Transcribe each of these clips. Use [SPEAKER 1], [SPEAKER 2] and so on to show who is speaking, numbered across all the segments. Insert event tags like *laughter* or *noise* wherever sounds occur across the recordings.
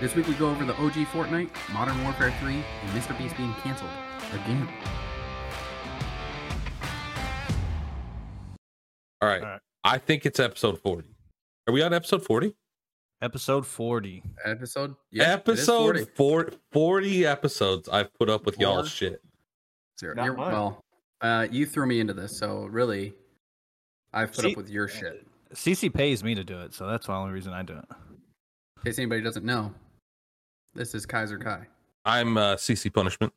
[SPEAKER 1] This week we go over the OG Fortnite, Modern Warfare 3, and Mr. Beast being canceled again.
[SPEAKER 2] All right.
[SPEAKER 3] All right.
[SPEAKER 2] I think it's episode 40. Are we on episode 40?
[SPEAKER 3] Episode 40.
[SPEAKER 1] Episode yeah, it is
[SPEAKER 2] episode
[SPEAKER 1] 40.
[SPEAKER 2] four- 40. episodes I've put up with
[SPEAKER 1] Four.
[SPEAKER 2] y'all's shit.
[SPEAKER 1] Zero.
[SPEAKER 4] Not
[SPEAKER 1] You're-
[SPEAKER 4] mine.
[SPEAKER 1] well, uh, you threw me into this, so really, I've put
[SPEAKER 3] See-
[SPEAKER 1] up with your shit.
[SPEAKER 3] CC pays me to do it, so that's the only reason I do it.
[SPEAKER 1] In case anybody doesn't know, this is Kaiser Kai.
[SPEAKER 2] I'm uh, CC Punishment.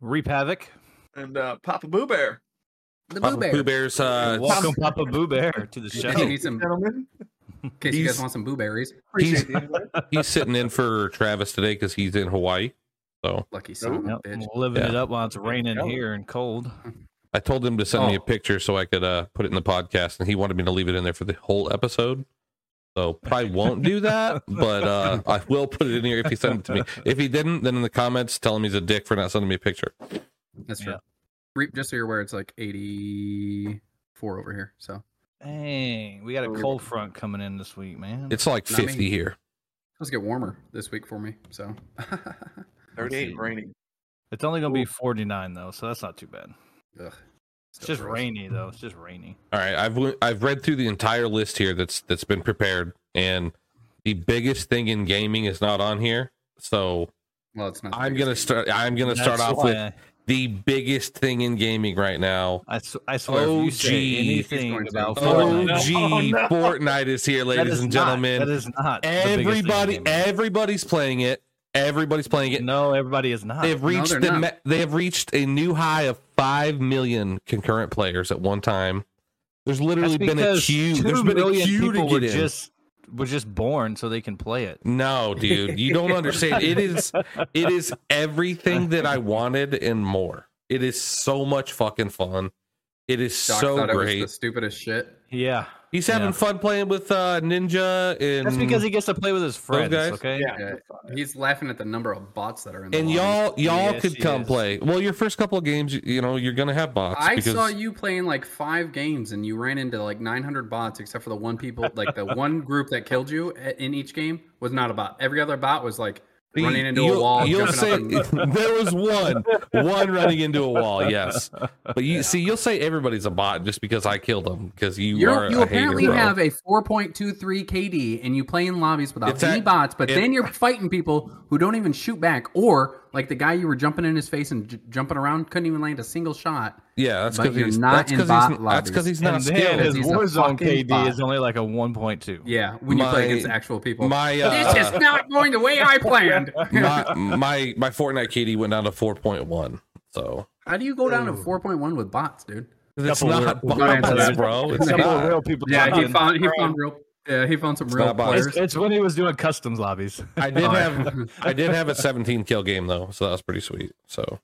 [SPEAKER 3] Reap Havoc.
[SPEAKER 4] and uh, Papa Boo Bear,
[SPEAKER 1] The
[SPEAKER 2] Papa
[SPEAKER 1] Boo Bear.
[SPEAKER 2] Pooh Bear's. Uh, *laughs*
[SPEAKER 3] Welcome, Papa Boo Bear, to the
[SPEAKER 1] In case you
[SPEAKER 3] show.
[SPEAKER 1] need some, in
[SPEAKER 4] gentlemen.
[SPEAKER 1] case you guys
[SPEAKER 2] He's-
[SPEAKER 1] want some boo berries,
[SPEAKER 4] Appreciate the *laughs* invite.
[SPEAKER 2] he's sitting in for Travis today because he's in Hawaii. So
[SPEAKER 1] lucky son of a
[SPEAKER 3] Yep,
[SPEAKER 1] bitch.
[SPEAKER 3] living
[SPEAKER 2] Yeah.
[SPEAKER 3] it up while it's raining
[SPEAKER 4] Yeah.
[SPEAKER 3] here and cold.
[SPEAKER 2] I told him to send me a
[SPEAKER 1] Oh.
[SPEAKER 2] picture so I could uh, put it in the podcast, and he wanted me to leave it in there for the whole episode. So probably won't
[SPEAKER 1] *laughs*
[SPEAKER 2] do that, but uh, I will put it in here if he sent it to me. If he didn't, then in the comments, tell him he's a dick for not sending me a picture.
[SPEAKER 1] That's true.
[SPEAKER 3] Yeah.
[SPEAKER 1] Reap, just so you're aware, it's like 84 over here. So
[SPEAKER 3] Dang, we got a
[SPEAKER 4] Oh.
[SPEAKER 3] cold front coming in this week, man.
[SPEAKER 2] It's like
[SPEAKER 1] Not me.
[SPEAKER 2] 50 here.
[SPEAKER 1] let's get warmer this week for me. So *laughs* Ugh.
[SPEAKER 4] 38
[SPEAKER 3] see.
[SPEAKER 4] and raining.
[SPEAKER 3] It's only going to be 49, though, so that's not too bad. It's
[SPEAKER 1] Still
[SPEAKER 3] just
[SPEAKER 1] gross.
[SPEAKER 3] rainy, though. It's just rainy.
[SPEAKER 2] All right, I've w- I've read through the entire list here that's that's been prepared, and the biggest thing in gaming is not on here. So
[SPEAKER 1] Well, it's not. the
[SPEAKER 2] I'm
[SPEAKER 1] biggest
[SPEAKER 2] gonna
[SPEAKER 1] thing.
[SPEAKER 2] start. I'm gonna start
[SPEAKER 3] That's
[SPEAKER 2] off with
[SPEAKER 3] why
[SPEAKER 2] the biggest thing in gaming right now.
[SPEAKER 3] I, s- I swear, if you say
[SPEAKER 2] OG.
[SPEAKER 1] He's going
[SPEAKER 3] anything
[SPEAKER 1] to.
[SPEAKER 3] about
[SPEAKER 2] OG
[SPEAKER 3] Fortnite,
[SPEAKER 4] no. Oh, no.
[SPEAKER 2] Fortnite is here,
[SPEAKER 3] that
[SPEAKER 2] ladies
[SPEAKER 3] is
[SPEAKER 2] and
[SPEAKER 3] not-
[SPEAKER 2] gentlemen.
[SPEAKER 3] that is not the biggest thing in
[SPEAKER 2] everybody,
[SPEAKER 3] gaming.
[SPEAKER 2] everybody's playing it. Everybody's playing it.
[SPEAKER 3] no, everybody is not.
[SPEAKER 2] They've reached
[SPEAKER 1] they're
[SPEAKER 2] the
[SPEAKER 1] not.
[SPEAKER 2] ma- they have reached a new high of five million concurrent players at one time. There's literally
[SPEAKER 3] That's
[SPEAKER 2] been a
[SPEAKER 3] because
[SPEAKER 2] queue.
[SPEAKER 3] two
[SPEAKER 2] There's been a
[SPEAKER 3] million
[SPEAKER 2] queue to
[SPEAKER 3] people were
[SPEAKER 2] get in.
[SPEAKER 3] Just were just born so they can play it.
[SPEAKER 2] No, dude, you don't
[SPEAKER 1] *laughs*
[SPEAKER 2] understand. It is it is everything that I wanted and more. It is so much fucking fun. It is
[SPEAKER 1] Doc
[SPEAKER 2] so
[SPEAKER 1] thought
[SPEAKER 2] great.
[SPEAKER 1] It was the stupidest shit.
[SPEAKER 3] Yeah,
[SPEAKER 2] He's having
[SPEAKER 3] Yeah.
[SPEAKER 2] fun playing with uh, Ninja and
[SPEAKER 3] that's because he gets to play with his friends.
[SPEAKER 2] guys?
[SPEAKER 3] Okay,
[SPEAKER 4] Yeah.
[SPEAKER 1] Yeah. He's laughing at the number of bots that are in. The
[SPEAKER 2] and
[SPEAKER 1] lobby.
[SPEAKER 2] y'all y'all
[SPEAKER 3] Yes,
[SPEAKER 2] could
[SPEAKER 3] he
[SPEAKER 2] come
[SPEAKER 3] is.
[SPEAKER 2] play. Well, your first couple of games, you, you know, you're gonna have bots.
[SPEAKER 1] I
[SPEAKER 2] because
[SPEAKER 1] saw you playing like five games, and you ran into like 900 bots, except for the one people, like the
[SPEAKER 2] *laughs*
[SPEAKER 1] one group that killed you a- in each game was not a bot. Every other bot was like
[SPEAKER 2] the-
[SPEAKER 1] running into a
[SPEAKER 2] you'll-
[SPEAKER 1] wall.
[SPEAKER 2] You'll
[SPEAKER 1] jumping
[SPEAKER 2] say
[SPEAKER 1] up *laughs*
[SPEAKER 2] *laughs*
[SPEAKER 1] and-
[SPEAKER 2] there was one one running into
[SPEAKER 1] *laughs*
[SPEAKER 2] a wall. Yes, but you see, you'll say everybody's a bot just because I killed them because you
[SPEAKER 1] You're-
[SPEAKER 2] are
[SPEAKER 1] you
[SPEAKER 2] a
[SPEAKER 1] apparently
[SPEAKER 2] hater, bro.
[SPEAKER 1] have a 4.23 KD, and you play in lobbies without
[SPEAKER 2] It's
[SPEAKER 1] any
[SPEAKER 2] at-
[SPEAKER 1] bots. But
[SPEAKER 2] it-
[SPEAKER 1] then you're fighting people who don't even shoot back, or like the guy you were jumping in his face and j- jumping around couldn't even land a single shot.
[SPEAKER 2] Yeah, that's
[SPEAKER 1] But
[SPEAKER 2] because
[SPEAKER 1] you're
[SPEAKER 2] he's
[SPEAKER 1] not
[SPEAKER 2] that's
[SPEAKER 1] in
[SPEAKER 2] 'cause
[SPEAKER 1] bot
[SPEAKER 2] he's, that's 'cause he's not
[SPEAKER 3] and then
[SPEAKER 2] skilled.
[SPEAKER 3] his *laughs*
[SPEAKER 1] He's a
[SPEAKER 3] Warzone
[SPEAKER 1] fucking
[SPEAKER 3] KD
[SPEAKER 1] bot.
[SPEAKER 3] is only like a one point two.
[SPEAKER 1] Yeah, when you
[SPEAKER 2] My-
[SPEAKER 1] play against actual people.
[SPEAKER 2] My uh,
[SPEAKER 3] *laughs*
[SPEAKER 1] this is not going the *laughs* way I planned.
[SPEAKER 2] *laughs*
[SPEAKER 1] *laughs*
[SPEAKER 2] my my my Fortnite KD went down to four point one. So
[SPEAKER 1] How do you go down to 4.1 with bots, dude?
[SPEAKER 2] it's
[SPEAKER 3] Couple
[SPEAKER 2] not
[SPEAKER 3] real-
[SPEAKER 1] Couple
[SPEAKER 2] bots,
[SPEAKER 1] real-
[SPEAKER 2] bro. It's
[SPEAKER 3] Couple
[SPEAKER 2] not.
[SPEAKER 3] of real people.
[SPEAKER 1] Yeah, he
[SPEAKER 3] talking.
[SPEAKER 1] found he found real. Yeah, he found some real
[SPEAKER 2] not bots.
[SPEAKER 1] players.
[SPEAKER 3] It's, it's when he was doing customs lobbies.
[SPEAKER 2] I did
[SPEAKER 1] Oh, yeah.
[SPEAKER 2] have I did have a 17 kill game though, so that was pretty sweet. So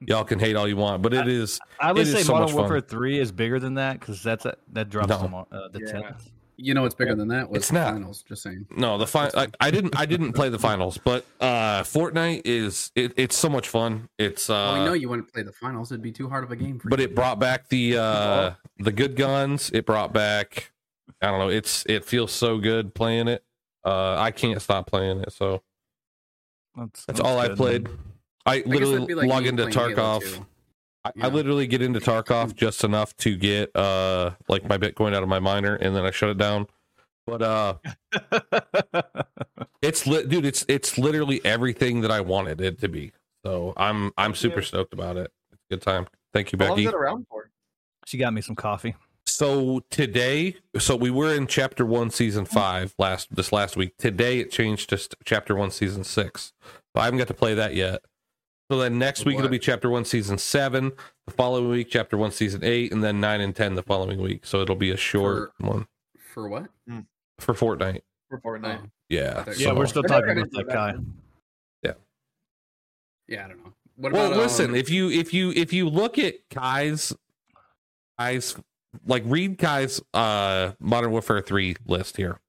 [SPEAKER 2] y'all can hate all you want, but it is
[SPEAKER 3] I would
[SPEAKER 2] It is
[SPEAKER 3] say
[SPEAKER 2] so much
[SPEAKER 3] Modern
[SPEAKER 2] fun.
[SPEAKER 3] Warfare Three is bigger than that because that's a, that drops
[SPEAKER 2] No.
[SPEAKER 3] the mo- uh, the
[SPEAKER 4] Yeah.
[SPEAKER 3] tenth.
[SPEAKER 1] You know, it's bigger than that. Was
[SPEAKER 2] It's not.
[SPEAKER 1] finals. Just saying.
[SPEAKER 2] no the final. I, I didn't I didn't play the finals, but uh Fortnite is it, it's so much fun. It's
[SPEAKER 1] well, we know
[SPEAKER 2] uh,
[SPEAKER 1] you wouldn't play the finals. It'd be too hard of a game for
[SPEAKER 2] but
[SPEAKER 1] you.
[SPEAKER 2] it brought back the uh the good guns. It brought back I don't know. It's it feels so good playing it. Uh I can't stop playing it. So
[SPEAKER 3] That's,
[SPEAKER 2] that's all I
[SPEAKER 3] good.
[SPEAKER 2] played. I
[SPEAKER 1] I guess that'd
[SPEAKER 2] literally
[SPEAKER 1] be like
[SPEAKER 2] log
[SPEAKER 1] me
[SPEAKER 2] into
[SPEAKER 1] playing Halo
[SPEAKER 2] Tarkov.
[SPEAKER 1] 2.
[SPEAKER 2] I,
[SPEAKER 1] Yeah.
[SPEAKER 2] I literally get into
[SPEAKER 1] *laughs*
[SPEAKER 2] Tarkov just enough to get uh like my Bitcoin out of my miner and then I shut it down. But uh it's lit dude, it's it's literally everything that I wanted it to be. So I'm I'm super stoked about it. It's a good time. Thank you,
[SPEAKER 4] How long
[SPEAKER 2] Becky.
[SPEAKER 4] is it around for?
[SPEAKER 3] *laughs* she got me some coffee.
[SPEAKER 2] So today so we were in chapter one season five last this last week. Today it changed to st- chapter one season six. So I haven't got to play that yet. So then next week it'll be chapter one season seven, the following week chapter one season eight, and then nine and ten the following week. So it'll be a short one
[SPEAKER 1] for what?
[SPEAKER 2] for Fortnite.
[SPEAKER 4] For Fortnite.
[SPEAKER 1] Yeah,
[SPEAKER 2] Yeah.
[SPEAKER 3] Yeah,
[SPEAKER 2] so-
[SPEAKER 3] we're still talking
[SPEAKER 4] I never got
[SPEAKER 3] about
[SPEAKER 4] into
[SPEAKER 3] that
[SPEAKER 4] that
[SPEAKER 3] guy.
[SPEAKER 1] Yeah, I don't know. What
[SPEAKER 2] well
[SPEAKER 1] about
[SPEAKER 2] listen,
[SPEAKER 1] um,
[SPEAKER 2] if you if you if you look at Kai's Kai's like read Kai's uh Modern Warfare three list here.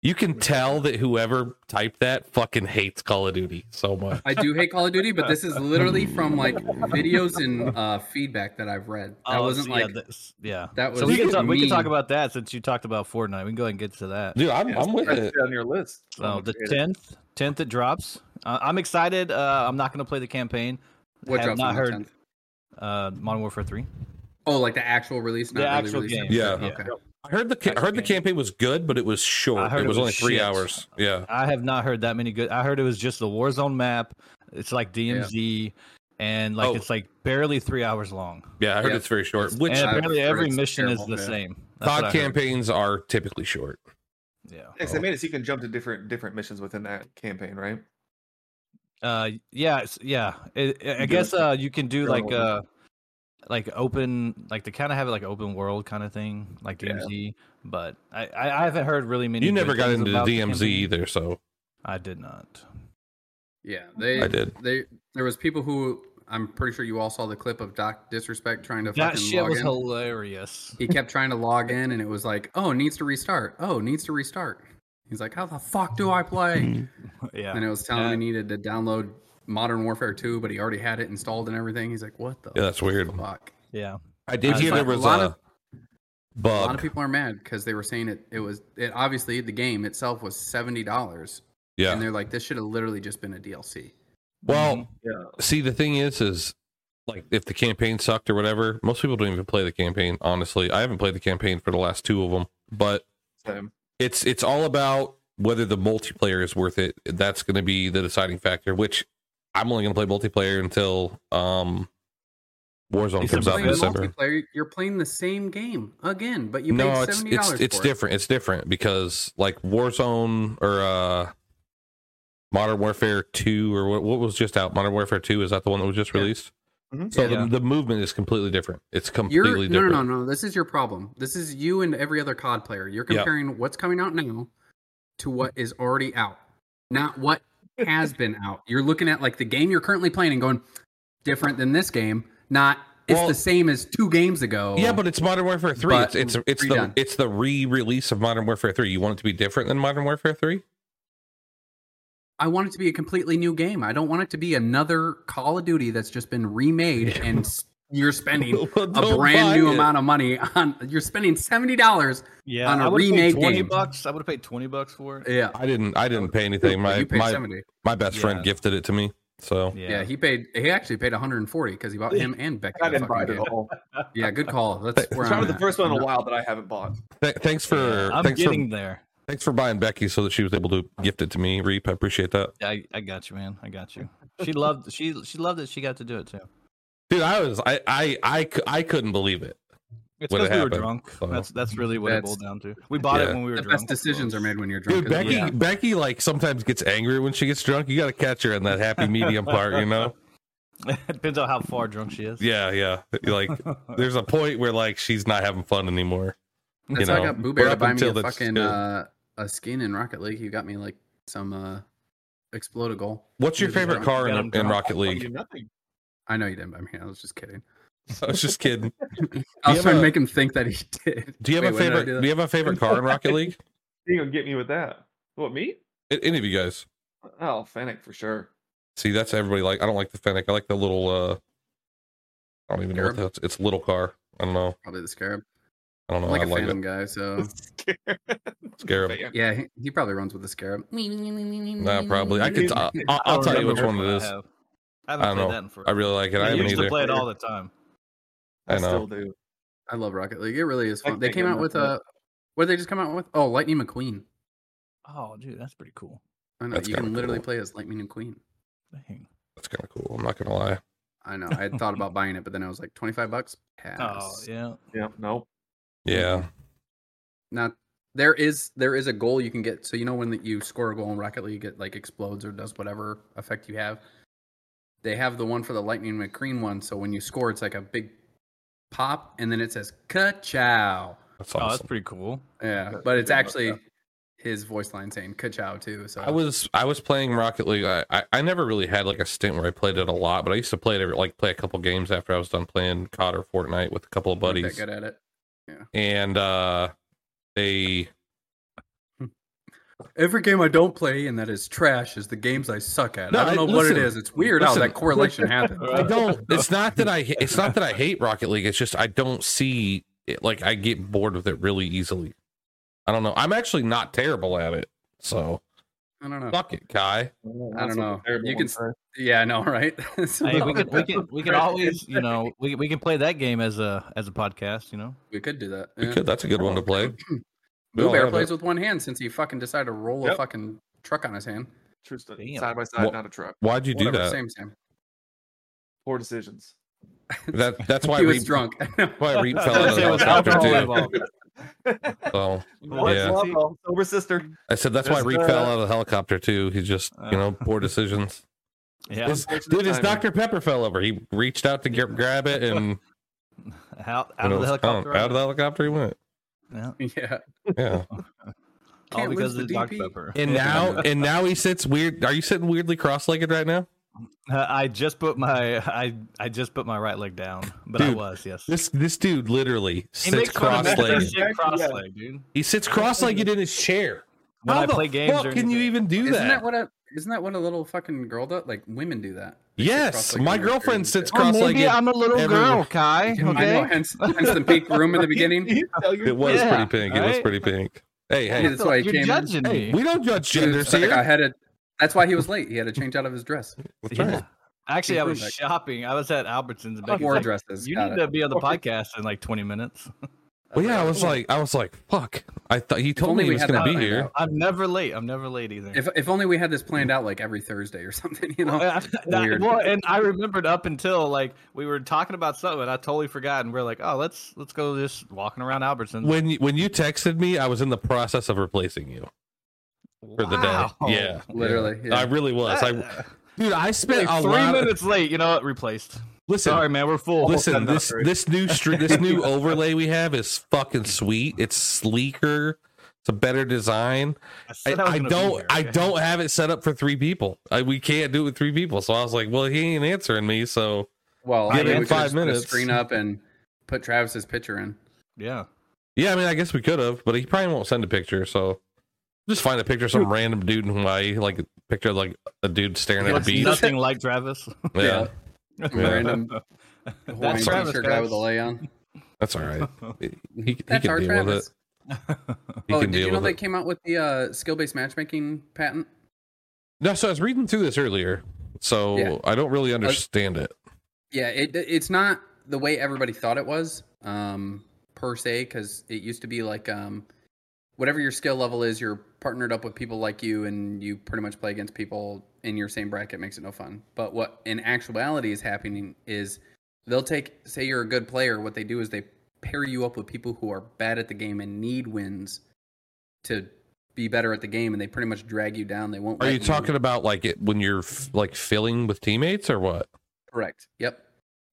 [SPEAKER 2] You can tell that whoever typed that fucking hates Call of Duty so
[SPEAKER 3] *laughs*
[SPEAKER 2] much.
[SPEAKER 1] I do hate Call of Duty, but this is
[SPEAKER 2] *laughs*
[SPEAKER 1] literally from like videos and uh, feedback that I've read. That
[SPEAKER 3] Oh,
[SPEAKER 1] wasn't
[SPEAKER 3] so
[SPEAKER 1] like
[SPEAKER 3] yeah, this, yeah.
[SPEAKER 1] that was.
[SPEAKER 3] So we can, talk, we can
[SPEAKER 1] mean.
[SPEAKER 3] talk about that since you talked about Fortnite. We can go ahead and get to that.
[SPEAKER 2] Dude,
[SPEAKER 4] Oh,
[SPEAKER 2] I'm, I'm with
[SPEAKER 4] That's
[SPEAKER 2] it.
[SPEAKER 4] on your list.
[SPEAKER 3] So the tenth, tenth it drops. Uh, I'm excited. Uh, I'm not going to play the campaign.
[SPEAKER 1] What
[SPEAKER 3] have
[SPEAKER 1] drops
[SPEAKER 3] not
[SPEAKER 1] on the
[SPEAKER 3] heard-
[SPEAKER 1] 10th?
[SPEAKER 3] Uh, Modern Warfare Three.
[SPEAKER 1] Oh, like the actual release, not
[SPEAKER 3] The
[SPEAKER 1] really
[SPEAKER 3] actual
[SPEAKER 1] release
[SPEAKER 3] game.
[SPEAKER 1] date?
[SPEAKER 2] Yeah.
[SPEAKER 3] Yeah.
[SPEAKER 1] Okay.
[SPEAKER 2] I heard the ca- I heard the campaign was good, but it was short.
[SPEAKER 3] I heard
[SPEAKER 2] it
[SPEAKER 3] it
[SPEAKER 2] was,
[SPEAKER 3] was
[SPEAKER 2] only three
[SPEAKER 3] shit.
[SPEAKER 2] hours. Yeah,
[SPEAKER 3] I have not heard that many good. I heard it was just the Warzone map. It's like DMZ, and like
[SPEAKER 2] Oh.
[SPEAKER 3] it's like barely three hours long.
[SPEAKER 2] yeah, I heard
[SPEAKER 1] Yeah.
[SPEAKER 2] it's very short. Which
[SPEAKER 3] and
[SPEAKER 1] I've
[SPEAKER 3] apparently
[SPEAKER 1] heard
[SPEAKER 3] every
[SPEAKER 1] it's
[SPEAKER 3] mission
[SPEAKER 1] terrible,
[SPEAKER 3] is
[SPEAKER 1] yeah.
[SPEAKER 3] the same. That's what I
[SPEAKER 2] COD
[SPEAKER 3] heard.
[SPEAKER 2] campaigns are typically short.
[SPEAKER 3] Yeah.
[SPEAKER 4] Next, I mean, is you can jump to different different missions within that campaign, right?
[SPEAKER 3] Uh. Yeah. it's- Yeah. It, I- I
[SPEAKER 4] do
[SPEAKER 3] guess
[SPEAKER 4] it.
[SPEAKER 3] uh you can do
[SPEAKER 4] Go
[SPEAKER 3] like
[SPEAKER 4] on.
[SPEAKER 3] uh like open like they kind of have it like open world kind of thing like
[SPEAKER 4] Yeah.
[SPEAKER 3] DMZ, but I, I I haven't heard really many.
[SPEAKER 2] You never
[SPEAKER 3] good
[SPEAKER 2] got
[SPEAKER 3] things
[SPEAKER 2] into the
[SPEAKER 3] about the
[SPEAKER 2] DMZ
[SPEAKER 3] campaign.
[SPEAKER 2] either, so
[SPEAKER 3] I did not.
[SPEAKER 1] Yeah, they.
[SPEAKER 2] I did.
[SPEAKER 1] They there was people who I'm pretty sure you all saw the clip of Doc Disrespect trying to
[SPEAKER 3] That
[SPEAKER 1] fucking
[SPEAKER 3] shit
[SPEAKER 1] log
[SPEAKER 3] was
[SPEAKER 1] in.
[SPEAKER 3] hilarious. *laughs*
[SPEAKER 1] He kept trying to log in, and it was like, oh, it needs to restart. Oh, it needs to restart. He's like, how the fuck do I play?
[SPEAKER 3] Yeah.
[SPEAKER 1] And it was telling
[SPEAKER 3] Yeah.
[SPEAKER 1] him he needed to download Modern Warfare 2, but he already had it installed and everything. He's like, what the
[SPEAKER 2] Yeah, that's weird.
[SPEAKER 1] fuck?
[SPEAKER 3] Yeah.
[SPEAKER 2] I did
[SPEAKER 1] Uh,
[SPEAKER 2] hear there
[SPEAKER 1] a
[SPEAKER 2] was a,
[SPEAKER 1] lot of- A lot
[SPEAKER 2] bug.
[SPEAKER 1] of people are mad because they were saying it. It was it obviously the game itself was seventy dollars, and
[SPEAKER 2] yeah.
[SPEAKER 1] they're like, this should have literally just been a DLC.
[SPEAKER 2] Well,
[SPEAKER 4] Yeah.
[SPEAKER 2] see, the thing is, is like if the campaign sucked or whatever, most people don't even play the campaign. Honestly, I haven't played the campaign for the last two of them, but
[SPEAKER 4] So,
[SPEAKER 2] it's it's all about whether the multiplayer is worth it. That's going to be the deciding factor. Which I'm only going to play multiplayer until um Warzone
[SPEAKER 3] December
[SPEAKER 2] comes out in
[SPEAKER 1] Playing
[SPEAKER 3] fifth.
[SPEAKER 2] December.
[SPEAKER 1] multiplayer, you're playing the same game again, but you paid
[SPEAKER 2] No, it's
[SPEAKER 1] seventy
[SPEAKER 2] it's
[SPEAKER 1] dollars.
[SPEAKER 2] it's
[SPEAKER 1] for
[SPEAKER 2] different. It's different because like Warzone or uh Modern Warfare Two or what, what was just out. Modern Warfare Two is that the one that was just
[SPEAKER 1] Yeah.
[SPEAKER 2] released?
[SPEAKER 4] Mhm.
[SPEAKER 2] So
[SPEAKER 3] Yeah.
[SPEAKER 2] the, the movement is completely different. It's
[SPEAKER 1] It. You're
[SPEAKER 2] completely
[SPEAKER 1] no,
[SPEAKER 2] different.
[SPEAKER 1] no, no, no. This is your problem. This is you and every other COD player. You're
[SPEAKER 2] Yeah.
[SPEAKER 1] comparing what's coming out now to what is already out, not what has been out. You're looking at like the game you're currently playing and going different than this game. Not it's
[SPEAKER 2] Well-
[SPEAKER 1] the same as two games ago.
[SPEAKER 2] Yeah, but it's Modern Warfare Three.
[SPEAKER 1] But
[SPEAKER 2] It's it's it's
[SPEAKER 1] redone.
[SPEAKER 2] the it's the re-release of Modern Warfare Three. You want it to be different than Modern Warfare Three?
[SPEAKER 1] I want it to be a completely new game. I don't want it to be another Call of Duty that's just been remade and s- you're
[SPEAKER 2] *laughs*
[SPEAKER 1] spending a brand new amount of money on you're spending $70.
[SPEAKER 3] Yeah.
[SPEAKER 1] on a
[SPEAKER 3] I would've paid
[SPEAKER 1] remake
[SPEAKER 3] Twenty
[SPEAKER 1] game.
[SPEAKER 3] bucks. I would have paid twenty bucks for it.
[SPEAKER 1] Yeah.
[SPEAKER 2] I didn't I didn't pay anything. My
[SPEAKER 1] you paid
[SPEAKER 2] my,
[SPEAKER 1] 70.
[SPEAKER 2] my best friend
[SPEAKER 3] Yeah.
[SPEAKER 2] gifted it to me. So
[SPEAKER 1] Yeah. he paid he actually paid 140 cuz he bought him and Becky.
[SPEAKER 4] I
[SPEAKER 1] the
[SPEAKER 4] didn't
[SPEAKER 1] fucking
[SPEAKER 4] buy it at
[SPEAKER 1] game.
[SPEAKER 4] all.
[SPEAKER 1] Yeah, good
[SPEAKER 4] *laughs*
[SPEAKER 1] call. That's where
[SPEAKER 4] It's
[SPEAKER 1] I'm
[SPEAKER 4] probably the
[SPEAKER 1] at.
[SPEAKER 4] first one in
[SPEAKER 1] No.
[SPEAKER 4] a while that I haven't bought.
[SPEAKER 2] th- thanks for
[SPEAKER 3] I'm
[SPEAKER 2] thanks
[SPEAKER 3] getting
[SPEAKER 2] for
[SPEAKER 3] there.
[SPEAKER 2] thanks for buying Becky so that she was able to gift it to me. Reap, I appreciate that.
[SPEAKER 3] I, I got you, man. I got you. She loved she she loved that she got to do it too.
[SPEAKER 2] Dude, I was I I I, cou- I couldn't believe it.
[SPEAKER 3] It's
[SPEAKER 2] When it
[SPEAKER 3] because we were
[SPEAKER 2] happened,
[SPEAKER 3] drunk.
[SPEAKER 2] so-
[SPEAKER 3] That's that's really what it
[SPEAKER 1] That's-
[SPEAKER 3] boiled down to. We bought
[SPEAKER 2] Yeah.
[SPEAKER 3] it when we were
[SPEAKER 1] The
[SPEAKER 3] drunk.
[SPEAKER 1] best decisions are made when you're drunk. as
[SPEAKER 2] Dude,
[SPEAKER 1] well.
[SPEAKER 2] Becky
[SPEAKER 3] Yeah.
[SPEAKER 2] Becky like sometimes gets angry when she gets drunk. You got to catch her in that happy medium part, you know?
[SPEAKER 3] *laughs* it depends on how far drunk she *laughs* is.
[SPEAKER 2] Yeah, yeah. Like there's a point where like she's not having fun anymore.
[SPEAKER 1] That's
[SPEAKER 2] you
[SPEAKER 1] how I
[SPEAKER 2] know,
[SPEAKER 1] got Boo
[SPEAKER 2] we're
[SPEAKER 1] Bear to
[SPEAKER 2] up
[SPEAKER 1] buy me
[SPEAKER 2] until
[SPEAKER 1] a
[SPEAKER 2] that's
[SPEAKER 1] fucking
[SPEAKER 2] good.
[SPEAKER 1] uh, a skin in Rocket League. He got me like some uh explodable.
[SPEAKER 2] What's your
[SPEAKER 1] Maybe
[SPEAKER 2] favorite
[SPEAKER 1] drunk.
[SPEAKER 2] car
[SPEAKER 3] Yeah,
[SPEAKER 2] in,
[SPEAKER 3] I'm
[SPEAKER 2] in
[SPEAKER 3] drunk.
[SPEAKER 2] Rocket League?
[SPEAKER 4] Nothing.
[SPEAKER 1] I know you didn't buy me. I was just kidding.
[SPEAKER 2] I was just kidding.
[SPEAKER 1] I was
[SPEAKER 2] have
[SPEAKER 1] trying to
[SPEAKER 2] a-
[SPEAKER 1] make him think that he *laughs* did.
[SPEAKER 2] Do you have
[SPEAKER 1] Wait, when did I
[SPEAKER 2] a
[SPEAKER 1] do
[SPEAKER 2] favorite? Do,
[SPEAKER 1] that?
[SPEAKER 2] you have a favorite car in Rocket League?
[SPEAKER 4] You gonna get me with that? What me?
[SPEAKER 2] A- Any of you guys?
[SPEAKER 4] Oh, Fennec for sure.
[SPEAKER 2] See, that's everybody like. I don't like the Fennec. I like the little. uh I don't even know what
[SPEAKER 1] Scarab?
[SPEAKER 2] the, it's. It's a little car. I don't know.
[SPEAKER 1] Probably the Scarab.
[SPEAKER 2] I don't know.
[SPEAKER 1] I'm like
[SPEAKER 2] Oh, I
[SPEAKER 1] a
[SPEAKER 2] like
[SPEAKER 1] Phantom
[SPEAKER 2] it.
[SPEAKER 1] guy,
[SPEAKER 4] *laughs*
[SPEAKER 1] so
[SPEAKER 2] *laughs* Scarab.
[SPEAKER 4] Fan.
[SPEAKER 1] Oh. yeah, he, he probably runs with the Scarab.
[SPEAKER 2] Nah, probably.
[SPEAKER 1] *laughs*
[SPEAKER 2] I could. I, I'll,
[SPEAKER 3] I
[SPEAKER 2] I'll
[SPEAKER 3] don't
[SPEAKER 2] tell you which
[SPEAKER 3] remember
[SPEAKER 2] one it
[SPEAKER 3] I
[SPEAKER 2] is.
[SPEAKER 3] have. I haven't
[SPEAKER 2] I don't
[SPEAKER 3] played
[SPEAKER 2] know.
[SPEAKER 3] that in forever.
[SPEAKER 2] I really like it.
[SPEAKER 3] I
[SPEAKER 2] I haven't
[SPEAKER 3] used to
[SPEAKER 2] either.
[SPEAKER 3] play it all the time.
[SPEAKER 2] I
[SPEAKER 4] I,
[SPEAKER 2] know.
[SPEAKER 4] still do.
[SPEAKER 1] I love Rocket League. It really is
[SPEAKER 4] I
[SPEAKER 1] fun. They
[SPEAKER 4] think
[SPEAKER 1] came
[SPEAKER 4] I'm
[SPEAKER 1] out with
[SPEAKER 4] with
[SPEAKER 1] a. What did they just come out with? Oh, Lightning McQueen.
[SPEAKER 3] Oh, dude, that's pretty cool.
[SPEAKER 1] I know
[SPEAKER 2] That's
[SPEAKER 1] you can
[SPEAKER 2] kinda
[SPEAKER 1] literally
[SPEAKER 2] cool.
[SPEAKER 1] play as Lightning McQueen.
[SPEAKER 3] Dang.
[SPEAKER 2] That's kind of cool. I'm not gonna lie.
[SPEAKER 1] I know. I
[SPEAKER 2] *laughs*
[SPEAKER 1] had thought about buying it, but then I was like, twenty five bucks. Pass.
[SPEAKER 3] Oh, yeah.
[SPEAKER 4] Yeah, no.
[SPEAKER 2] Yeah.
[SPEAKER 1] Now there is there is a goal you can get. So you know when that you score a goal in Rocket League, it like explodes or does whatever effect you have. They have the one for the Lightning McQueen one. So when you score, it's like a big pop, and then it says "ka-chow."
[SPEAKER 2] That's
[SPEAKER 3] Oh, that's
[SPEAKER 2] awesome.
[SPEAKER 3] pretty cool.
[SPEAKER 1] Yeah,
[SPEAKER 4] That's
[SPEAKER 1] but it's
[SPEAKER 4] pretty much
[SPEAKER 1] actually
[SPEAKER 4] that.
[SPEAKER 1] his voice line saying "ka-chow" too. So
[SPEAKER 2] I was I was playing Rocket League. I, I I never really had like a stint where I played it a lot, but I used to play it every, like play a couple games after I was done playing COD or Fortnite with a couple of
[SPEAKER 1] not that
[SPEAKER 2] buddies.
[SPEAKER 1] good at it.
[SPEAKER 2] and uh they
[SPEAKER 1] every game I don't play and that is trash is the games I suck at.
[SPEAKER 2] No,
[SPEAKER 1] I don't
[SPEAKER 2] I-
[SPEAKER 1] know what it
[SPEAKER 2] listen.
[SPEAKER 1] is. It's weird how
[SPEAKER 2] Listen.
[SPEAKER 1] that correlation happened.
[SPEAKER 2] *laughs* I don't. It's not that I. It's not that I hate Rocket League. It's just I don't see it. Like I get bored with it really easily. I don't know. I'm actually not terrible at it. So
[SPEAKER 1] I don't know.
[SPEAKER 2] fuck it, Kai.
[SPEAKER 1] I don't
[SPEAKER 4] That's a
[SPEAKER 1] know.
[SPEAKER 4] terrible
[SPEAKER 1] You
[SPEAKER 4] one,
[SPEAKER 1] can-
[SPEAKER 4] right?
[SPEAKER 1] Yeah, I know, *laughs* right?
[SPEAKER 3] Hey, we can we can we can
[SPEAKER 4] Right.
[SPEAKER 3] always
[SPEAKER 1] *laughs*
[SPEAKER 3] you know we we can play that game as a as a podcast. You know,
[SPEAKER 1] we could do that.
[SPEAKER 2] We
[SPEAKER 1] yeah.
[SPEAKER 2] could. That's a good one to
[SPEAKER 1] *clears throat*
[SPEAKER 2] play. We
[SPEAKER 1] Blue
[SPEAKER 2] all
[SPEAKER 1] Bear
[SPEAKER 2] have
[SPEAKER 1] plays
[SPEAKER 2] it.
[SPEAKER 1] with one hand since he fucking decided to roll a
[SPEAKER 4] Yep.
[SPEAKER 1] fucking truck on his hand.
[SPEAKER 4] True stuff.
[SPEAKER 3] Damn.
[SPEAKER 4] Side by side,
[SPEAKER 2] What-
[SPEAKER 4] not a truck.
[SPEAKER 2] Why'd you do
[SPEAKER 1] Whatever,
[SPEAKER 2] that?
[SPEAKER 1] Same, same.
[SPEAKER 4] Poor decisions.
[SPEAKER 2] That
[SPEAKER 1] *laughs*
[SPEAKER 2] that's why
[SPEAKER 1] he was
[SPEAKER 2] Reap-
[SPEAKER 1] drunk.
[SPEAKER 2] Why Reap
[SPEAKER 3] I
[SPEAKER 2] fell
[SPEAKER 3] was
[SPEAKER 1] *laughs*
[SPEAKER 2] into
[SPEAKER 3] gonna
[SPEAKER 2] the
[SPEAKER 3] *laughs* say
[SPEAKER 2] helicopter
[SPEAKER 3] it was
[SPEAKER 2] too.
[SPEAKER 3] alcohol
[SPEAKER 2] So
[SPEAKER 4] What?
[SPEAKER 2] Yeah.
[SPEAKER 4] Sober- Sober sister.
[SPEAKER 2] I said that's why
[SPEAKER 4] Just,
[SPEAKER 2] Reap
[SPEAKER 4] uh,
[SPEAKER 2] fell out of the helicopter too. He just you
[SPEAKER 3] *laughs*
[SPEAKER 2] know poor decisions.
[SPEAKER 3] *laughs* yeah.
[SPEAKER 2] His- dude, his
[SPEAKER 4] Timing.
[SPEAKER 2] Dr Pepper fell over. He reached out to get, grab it and
[SPEAKER 3] *laughs* Out,
[SPEAKER 2] and
[SPEAKER 3] out
[SPEAKER 2] it
[SPEAKER 3] of the
[SPEAKER 2] was
[SPEAKER 3] helicopter.
[SPEAKER 2] gone. out of the helicopter he went.
[SPEAKER 3] Yeah.
[SPEAKER 1] yeah.
[SPEAKER 2] Yeah.
[SPEAKER 3] All
[SPEAKER 1] Can't
[SPEAKER 3] because
[SPEAKER 1] lose
[SPEAKER 3] of
[SPEAKER 1] the
[SPEAKER 3] the Dr.
[SPEAKER 1] DP.
[SPEAKER 3] Pepper.
[SPEAKER 2] *laughs*
[SPEAKER 3] *laughs*
[SPEAKER 2] And now, and now he sits weird. Are you sitting weirdly cross-legged right now?
[SPEAKER 3] Uh, I just put my *laughs* I I just put my right leg down, but I
[SPEAKER 2] Dude,
[SPEAKER 3] was yes.
[SPEAKER 2] This this dude literally
[SPEAKER 3] He
[SPEAKER 2] sits
[SPEAKER 3] fun of me for
[SPEAKER 2] cross-legged. *laughs*
[SPEAKER 3] sitting cross-legged, dude.
[SPEAKER 2] He sits cross-legged in his chair.
[SPEAKER 3] When
[SPEAKER 2] How
[SPEAKER 3] I
[SPEAKER 2] the
[SPEAKER 3] play games,
[SPEAKER 2] fuck
[SPEAKER 3] or
[SPEAKER 2] can you
[SPEAKER 3] anything.
[SPEAKER 2] even do
[SPEAKER 1] Isn't
[SPEAKER 2] that?
[SPEAKER 1] that what a isn't that what a little fucking girl does? Like women do that.
[SPEAKER 2] yes,
[SPEAKER 1] cross-legged
[SPEAKER 2] my
[SPEAKER 1] in their
[SPEAKER 2] girlfriend
[SPEAKER 1] chair.
[SPEAKER 2] sits
[SPEAKER 1] Or
[SPEAKER 2] cross-legged.
[SPEAKER 3] a little
[SPEAKER 2] everywhere.
[SPEAKER 1] *laughs*
[SPEAKER 3] Kai.
[SPEAKER 1] I know, hence, hence the pink room
[SPEAKER 2] *laughs*
[SPEAKER 1] in the beginning.
[SPEAKER 2] it was
[SPEAKER 3] Yeah,
[SPEAKER 2] pretty pink. It was
[SPEAKER 3] right?
[SPEAKER 2] pretty pink. Hey,
[SPEAKER 1] Yeah,
[SPEAKER 2] hey,
[SPEAKER 1] that's why he
[SPEAKER 3] You're
[SPEAKER 1] came in.
[SPEAKER 3] judging
[SPEAKER 2] hey,
[SPEAKER 3] me.
[SPEAKER 2] we don't judge
[SPEAKER 1] She was
[SPEAKER 2] genders
[SPEAKER 1] like, I
[SPEAKER 2] here.
[SPEAKER 1] had to, that's why he was late. He had to change out of his
[SPEAKER 2] *laughs*
[SPEAKER 1] dress.
[SPEAKER 2] That's
[SPEAKER 3] Yeah.
[SPEAKER 2] right.
[SPEAKER 3] Actually, I was
[SPEAKER 1] Perfect.
[SPEAKER 3] shopping. I was at Albertsons. and Becky's
[SPEAKER 1] Oh, Four
[SPEAKER 3] like,
[SPEAKER 1] dresses.
[SPEAKER 3] You
[SPEAKER 1] got
[SPEAKER 3] need
[SPEAKER 1] it.
[SPEAKER 3] to be on the podcast in like 20 minutes.
[SPEAKER 2] Well, yeah, I was like, I was like, fuck. I thought he told
[SPEAKER 1] only
[SPEAKER 2] me he
[SPEAKER 1] we
[SPEAKER 2] was
[SPEAKER 1] had
[SPEAKER 2] going
[SPEAKER 1] that
[SPEAKER 2] to be
[SPEAKER 1] lined
[SPEAKER 2] here.
[SPEAKER 1] out.
[SPEAKER 3] I'm never late. I'm never late either. *laughs*
[SPEAKER 1] If if only we had this planned out like every Thursday or *laughs* something, you know.
[SPEAKER 3] Uh, that-
[SPEAKER 1] weird.
[SPEAKER 3] well, and I remembered up until like we were talking about something, and I totally forgot, and we are like, oh, let's let's go just walking around Albertsons.
[SPEAKER 2] When you- when you texted me, I was in the process of replacing you for the
[SPEAKER 3] Wow.
[SPEAKER 2] day. Yeah,
[SPEAKER 1] Literally,
[SPEAKER 2] yeah. I
[SPEAKER 1] yeah.
[SPEAKER 2] really was. I
[SPEAKER 3] That-
[SPEAKER 2] dude, I spent
[SPEAKER 3] like,
[SPEAKER 2] a
[SPEAKER 3] three
[SPEAKER 2] lot.
[SPEAKER 3] minutes late. You know what? Replaced.
[SPEAKER 2] listen,
[SPEAKER 3] Sorry, man. We're full.
[SPEAKER 2] Listen,
[SPEAKER 4] done
[SPEAKER 2] this
[SPEAKER 4] that, right?
[SPEAKER 2] this new str- this
[SPEAKER 3] *laughs*
[SPEAKER 2] new overlay we have is fucking sweet. It's sleeker. It's a better design. I,
[SPEAKER 3] said was
[SPEAKER 2] I
[SPEAKER 3] gonna be
[SPEAKER 2] don't
[SPEAKER 3] here,
[SPEAKER 2] I
[SPEAKER 3] okay?
[SPEAKER 2] don't have it set up for three people. I, we can't do it with three people. So I was like, well, he ain't answering me. So
[SPEAKER 1] Well,
[SPEAKER 2] Give
[SPEAKER 1] I mean,
[SPEAKER 2] it
[SPEAKER 1] we could've
[SPEAKER 2] five
[SPEAKER 1] just put a
[SPEAKER 2] minutes.
[SPEAKER 1] Screen up and put Travis's picture in.
[SPEAKER 2] *laughs*
[SPEAKER 3] Yeah.
[SPEAKER 2] yeah, I mean, I guess we could have, but he probably won't send a picture. So just find a picture of some random dude in Hawaii, like a picture of like a dude staring at a
[SPEAKER 3] Looks
[SPEAKER 2] beach.
[SPEAKER 3] nothing like Travis.
[SPEAKER 2] Yeah,
[SPEAKER 1] *laughs*
[SPEAKER 3] *laughs*
[SPEAKER 1] Random Hawaiian
[SPEAKER 3] That's Travis.
[SPEAKER 1] t-shirt guy with a
[SPEAKER 3] guys.
[SPEAKER 1] lay on.
[SPEAKER 2] that's all
[SPEAKER 1] *laughs*
[SPEAKER 2] right. He, he
[SPEAKER 1] That's
[SPEAKER 2] can
[SPEAKER 1] our
[SPEAKER 2] deal with
[SPEAKER 1] Travis.
[SPEAKER 2] it. He
[SPEAKER 1] oh,
[SPEAKER 2] can
[SPEAKER 1] did you
[SPEAKER 2] deal
[SPEAKER 1] know
[SPEAKER 2] with
[SPEAKER 1] they
[SPEAKER 2] it.
[SPEAKER 1] came out with the uh, skill-based matchmaking patent?
[SPEAKER 2] No, so I was reading through this earlier, so
[SPEAKER 1] Yeah.
[SPEAKER 2] I don't really understand it.
[SPEAKER 1] Yeah, it it's not the way everybody thought it was, um, per se, because it used to be like um, whatever your skill level is, you're partnered up with people like you, and you pretty much play against people in your same bracket. Makes it no fun. But what in actuality is happening is they'll take, say you're a good player. What they do is they pair you up with people who are bad at the game and need wins to be better at the game, and they pretty much drag you down. They won't.
[SPEAKER 2] Are
[SPEAKER 1] let
[SPEAKER 2] you talking about like it when you're f- like filling with teammates or what?
[SPEAKER 1] Correct. Yep.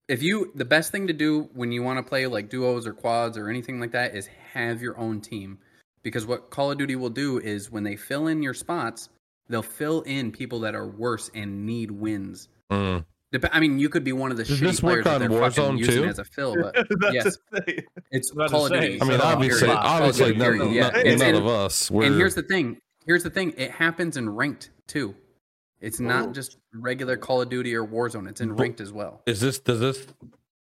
[SPEAKER 1] If you the best thing to do when you want to play like duos or quads or anything like that is have your own team. Because what Call of Duty will do is when they fill in your spots, they'll fill in people that are worse and need wins.
[SPEAKER 2] Mm.
[SPEAKER 1] Dep- I mean, you could be one of the
[SPEAKER 2] Does
[SPEAKER 1] shitty
[SPEAKER 2] this work
[SPEAKER 1] players that
[SPEAKER 2] on
[SPEAKER 1] they're fucking
[SPEAKER 2] Warzone
[SPEAKER 1] using
[SPEAKER 2] too?
[SPEAKER 1] as a fill, but
[SPEAKER 2] *laughs*
[SPEAKER 4] That's
[SPEAKER 1] Yes.
[SPEAKER 4] the thing.
[SPEAKER 1] it's
[SPEAKER 3] About to
[SPEAKER 1] Call of
[SPEAKER 3] say,
[SPEAKER 1] Duty.
[SPEAKER 2] I mean,
[SPEAKER 1] so-
[SPEAKER 2] obviously,
[SPEAKER 1] Period.
[SPEAKER 2] obviously,
[SPEAKER 1] Call of
[SPEAKER 2] none,
[SPEAKER 1] Duty, period.
[SPEAKER 2] none-
[SPEAKER 1] And-
[SPEAKER 2] none
[SPEAKER 1] and-
[SPEAKER 2] of us were.
[SPEAKER 1] and here's the thing. Here's the thing. It happens in ranked too. It's not
[SPEAKER 4] Whoa.
[SPEAKER 1] just regular Call of Duty or Warzone. It's in
[SPEAKER 2] Bu-
[SPEAKER 1] ranked as well.
[SPEAKER 2] is this does this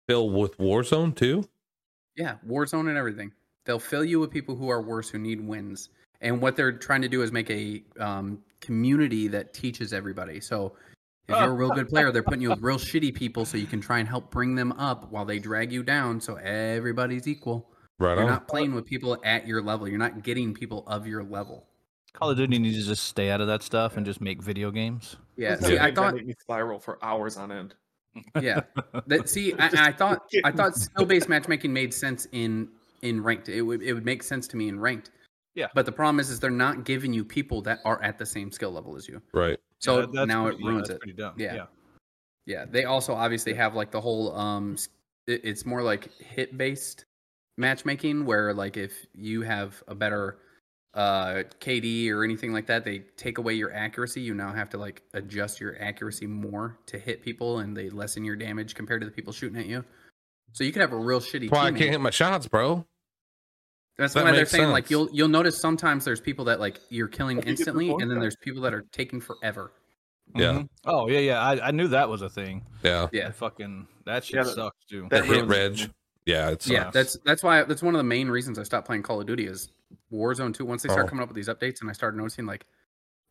[SPEAKER 2] fill with Warzone too?
[SPEAKER 1] Yeah, Warzone and everything. They'll fill you with people who are worse, who need wins. And what they're trying to do is make a um, community that teaches everybody. So if you're a real good player, they're putting you with real shitty people so you can try and help bring them up while they drag you down so everybody's equal.
[SPEAKER 2] Right
[SPEAKER 1] You're
[SPEAKER 2] on.
[SPEAKER 1] not playing with people at your level. You're not getting people of your level.
[SPEAKER 3] Call of Duty needs to just stay out of that stuff and just make video games.
[SPEAKER 1] Yeah.
[SPEAKER 4] Those
[SPEAKER 1] See,
[SPEAKER 4] are
[SPEAKER 1] I
[SPEAKER 4] things that
[SPEAKER 1] thought
[SPEAKER 4] make me spiral for hours on end.
[SPEAKER 1] yeah that
[SPEAKER 3] *laughs*
[SPEAKER 1] see I, I thought i thought skill based matchmaking made sense in in ranked it would it would make sense to me in ranked
[SPEAKER 3] Yeah.
[SPEAKER 1] but the problem is is they're not giving you people that are at the same skill level as you
[SPEAKER 2] Right.
[SPEAKER 1] so
[SPEAKER 3] Yeah, that's
[SPEAKER 1] now
[SPEAKER 3] pretty-
[SPEAKER 1] it
[SPEAKER 3] yeah,
[SPEAKER 1] ruins
[SPEAKER 3] that's
[SPEAKER 1] it
[SPEAKER 3] Pretty dumb.
[SPEAKER 1] Yeah. yeah they also obviously have like the whole um s- it- it's more like hit based matchmaking where like if you have a better uh kd or anything like that they take away your accuracy you now have to like adjust your accuracy more to hit people and they lessen your damage compared to the people shooting at you so you could have a real shitty
[SPEAKER 2] That's why I
[SPEAKER 1] teammate.
[SPEAKER 2] can't hit my shots, bro.
[SPEAKER 1] That's
[SPEAKER 2] That
[SPEAKER 1] why they're
[SPEAKER 2] makes
[SPEAKER 1] saying like
[SPEAKER 2] sense.
[SPEAKER 1] you'll you'll notice sometimes there's people that like you're killing
[SPEAKER 4] If you get the
[SPEAKER 1] instantly,
[SPEAKER 4] point
[SPEAKER 1] and then
[SPEAKER 4] back.
[SPEAKER 1] there's people that are taking forever.
[SPEAKER 2] Yeah.
[SPEAKER 3] Mhm. Oh yeah, yeah. I, I knew that was a thing.
[SPEAKER 2] Yeah.
[SPEAKER 1] Yeah.
[SPEAKER 3] I fucking that shit
[SPEAKER 4] Yeah, that-
[SPEAKER 3] sucks too.
[SPEAKER 4] that
[SPEAKER 2] the hit
[SPEAKER 4] ruins it.
[SPEAKER 2] reg. Yeah, it's
[SPEAKER 1] Yeah,
[SPEAKER 3] Sucks.
[SPEAKER 1] that's that's why that's one of the main reasons I stopped playing Call of Duty is Warzone 2. Once they start
[SPEAKER 2] Oh.
[SPEAKER 1] coming up with these updates, and I started noticing like,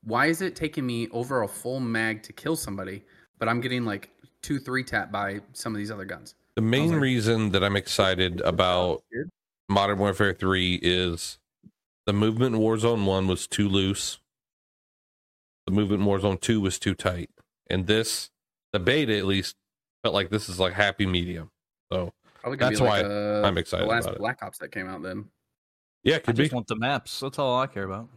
[SPEAKER 1] why is it taking me over a full mag to kill somebody, but I'm getting like two three tap by some of these other guns?
[SPEAKER 2] the main
[SPEAKER 1] like-
[SPEAKER 2] reason that I'm excited about Modern Warfare 3 is the movement in Warzone 1 was too loose. The movement in Warzone 2 was too tight. And this, the beta at least, felt like this is like happy medium. So,
[SPEAKER 1] Probably gonna
[SPEAKER 2] That's
[SPEAKER 1] be
[SPEAKER 2] why
[SPEAKER 1] like, uh,
[SPEAKER 2] I'm excited
[SPEAKER 1] The last
[SPEAKER 2] about it.
[SPEAKER 1] Black Ops that came out then.
[SPEAKER 2] yeah, it
[SPEAKER 3] I
[SPEAKER 2] could be.
[SPEAKER 3] just want the maps. That's all I care about.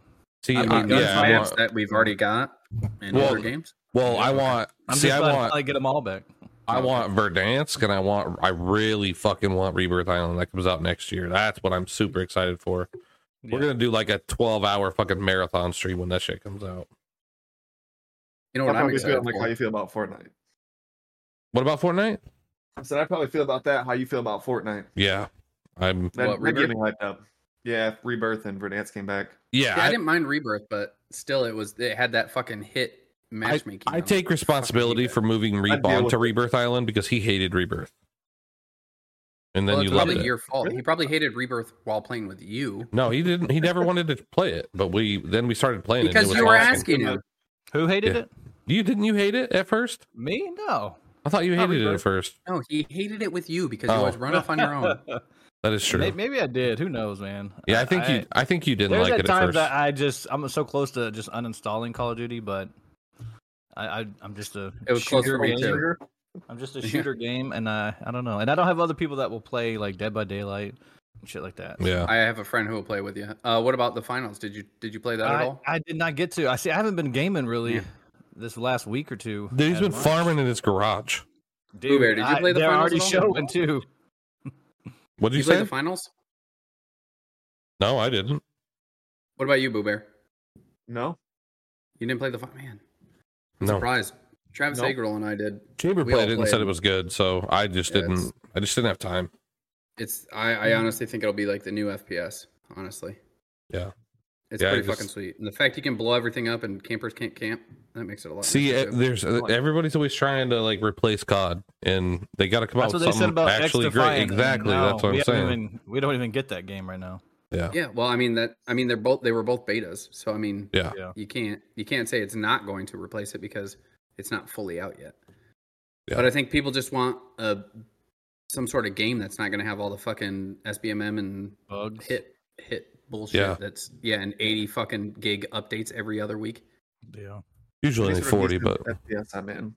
[SPEAKER 2] See,
[SPEAKER 3] I
[SPEAKER 1] I
[SPEAKER 3] mean,
[SPEAKER 2] uh,
[SPEAKER 1] mean,
[SPEAKER 3] that's
[SPEAKER 2] yeah,
[SPEAKER 3] why
[SPEAKER 2] I
[SPEAKER 3] I'm
[SPEAKER 1] maps
[SPEAKER 2] want,
[SPEAKER 1] that we've already got in
[SPEAKER 2] Well,
[SPEAKER 1] other games.
[SPEAKER 2] well, I want,
[SPEAKER 3] I'm
[SPEAKER 2] see,
[SPEAKER 3] just uh,
[SPEAKER 2] I
[SPEAKER 3] glad
[SPEAKER 2] want,
[SPEAKER 3] I get them all back.
[SPEAKER 2] I want Verdansk and I want, I really fucking want Rebirth Island that comes out next year. That's what I'm super excited for. We're
[SPEAKER 3] Yeah.
[SPEAKER 2] going to do like a 12 hour fucking marathon stream when that shit comes out.
[SPEAKER 1] You know
[SPEAKER 4] I
[SPEAKER 1] what I'm
[SPEAKER 4] probably feel
[SPEAKER 1] excited
[SPEAKER 4] like
[SPEAKER 1] for?
[SPEAKER 4] how you feel about Fortnite.
[SPEAKER 2] What about Fortnite?
[SPEAKER 4] I said I probably feel about that how you feel about Fortnite.
[SPEAKER 2] Yeah. I'm,
[SPEAKER 4] That,
[SPEAKER 1] What,
[SPEAKER 4] that gave me
[SPEAKER 1] Rebirth?
[SPEAKER 4] hyped up. Yeah, Rebirth and Verdansk came back.
[SPEAKER 2] yeah.
[SPEAKER 1] Yeah, I,
[SPEAKER 2] I-
[SPEAKER 1] didn't mind Rebirth, but still, it was it had that fucking hit matchmaking.
[SPEAKER 2] I
[SPEAKER 1] on it.
[SPEAKER 2] take responsibility
[SPEAKER 1] Fucking
[SPEAKER 2] for moving
[SPEAKER 4] I'd deal
[SPEAKER 2] Rebond
[SPEAKER 4] with
[SPEAKER 2] to
[SPEAKER 4] it.
[SPEAKER 2] Rebirth Island because he hated Rebirth. And then
[SPEAKER 1] well,
[SPEAKER 2] you
[SPEAKER 1] it's
[SPEAKER 2] loved
[SPEAKER 1] probably
[SPEAKER 2] it.
[SPEAKER 1] your fault. He probably hated Rebirth while playing with you
[SPEAKER 2] No, he didn't. He never wanted to play it, but we then we started playing it. and
[SPEAKER 1] because
[SPEAKER 2] it was
[SPEAKER 1] you were
[SPEAKER 2] awesome.
[SPEAKER 1] asking him.
[SPEAKER 3] Who hated
[SPEAKER 2] Yeah.
[SPEAKER 3] it?
[SPEAKER 2] You didn't you hate it at first?
[SPEAKER 3] Me? No.
[SPEAKER 2] I thought you
[SPEAKER 3] Not
[SPEAKER 2] hated it at
[SPEAKER 3] Rebirth.
[SPEAKER 2] first.
[SPEAKER 1] *laughs* No, he hated it with you because you
[SPEAKER 2] Oh.
[SPEAKER 1] always run off on your
[SPEAKER 2] *laughs*
[SPEAKER 1] own.
[SPEAKER 2] That is true.
[SPEAKER 3] May- Maybe, I did. Who knows, man?
[SPEAKER 2] yeah, I think you. I think you didn't
[SPEAKER 3] There's
[SPEAKER 2] like
[SPEAKER 3] that
[SPEAKER 2] it at
[SPEAKER 3] time
[SPEAKER 2] first.
[SPEAKER 3] that I just I'm so close to just uninstalling Call of Duty, but I, I I'm just a
[SPEAKER 1] It was close
[SPEAKER 3] shooter
[SPEAKER 1] for me,
[SPEAKER 3] game.
[SPEAKER 1] too.
[SPEAKER 3] I'm just a
[SPEAKER 1] *laughs* Yeah.
[SPEAKER 3] shooter game, and uh, I don't know, and I don't have other people that will play like Dead by Daylight and shit like that.
[SPEAKER 2] yeah,
[SPEAKER 1] I have a friend who will play with you. Uh, what about the finals? Did you did you play that at
[SPEAKER 3] I,
[SPEAKER 1] all?
[SPEAKER 3] I did not get to. I see. I haven't been gaming really
[SPEAKER 1] Yeah.
[SPEAKER 3] this last week or two.
[SPEAKER 2] Dude, he's
[SPEAKER 3] as
[SPEAKER 2] been
[SPEAKER 3] much.
[SPEAKER 2] farming in his garage.
[SPEAKER 3] Dude,
[SPEAKER 1] Blueberry, did you
[SPEAKER 3] I-
[SPEAKER 1] play the
[SPEAKER 3] They're
[SPEAKER 1] finals
[SPEAKER 3] already
[SPEAKER 1] at all?
[SPEAKER 3] showing too.
[SPEAKER 2] What did
[SPEAKER 1] you
[SPEAKER 2] you,
[SPEAKER 1] played
[SPEAKER 2] say?
[SPEAKER 1] the finals.
[SPEAKER 2] no, I didn't.
[SPEAKER 1] What about you, Boo Bear?
[SPEAKER 4] No,
[SPEAKER 1] You didn't play the final. Man, I'm
[SPEAKER 2] No,
[SPEAKER 1] surprised. Travis
[SPEAKER 4] Nope.
[SPEAKER 1] Hagerl and I did.
[SPEAKER 2] Chamber
[SPEAKER 1] We all
[SPEAKER 2] played it and
[SPEAKER 1] played.
[SPEAKER 2] said it was good, so I just
[SPEAKER 1] Yeah,
[SPEAKER 2] didn't.
[SPEAKER 1] it's-
[SPEAKER 2] I just didn't have time.
[SPEAKER 1] It's I, I honestly think it'll be like the new FPS. Honestly.
[SPEAKER 2] Yeah.
[SPEAKER 1] It's
[SPEAKER 2] Yeah, I
[SPEAKER 1] pretty
[SPEAKER 2] just-
[SPEAKER 1] fucking sweet. And the fact you can blow everything up and campers can't camp, that makes it a lot.
[SPEAKER 2] See,
[SPEAKER 1] nicer, too.
[SPEAKER 2] eh, there's
[SPEAKER 1] I like it.
[SPEAKER 2] everybody's always trying to like replace COD, and they got to come out
[SPEAKER 3] That's what
[SPEAKER 2] with
[SPEAKER 3] they
[SPEAKER 2] something
[SPEAKER 3] said about
[SPEAKER 2] actually
[SPEAKER 3] X
[SPEAKER 2] great.
[SPEAKER 3] Defiant, and
[SPEAKER 2] Exactly,
[SPEAKER 3] no,
[SPEAKER 2] that's what
[SPEAKER 3] we
[SPEAKER 2] I'm
[SPEAKER 3] haven't
[SPEAKER 2] saying.
[SPEAKER 3] Even, we don't even get that game right now.
[SPEAKER 2] yeah,
[SPEAKER 1] Yeah, well, I mean that. I mean, they're both. They were both betas, so I mean,
[SPEAKER 2] Yeah.
[SPEAKER 3] Yeah.
[SPEAKER 1] you can't you can't say it's not going to replace it because it's not fully out yet.
[SPEAKER 2] Yeah.
[SPEAKER 1] But I think people just want a some sort of game that's not going to have all the fucking SBMM and
[SPEAKER 3] Bugs.
[SPEAKER 1] hit hit bullshit.
[SPEAKER 2] Yeah.
[SPEAKER 1] That's yeah, and eighty fucking gig updates every other week.
[SPEAKER 3] Yeah.
[SPEAKER 2] usually only
[SPEAKER 4] These are
[SPEAKER 2] forty,
[SPEAKER 4] decent
[SPEAKER 2] but
[SPEAKER 4] FPS I'm in.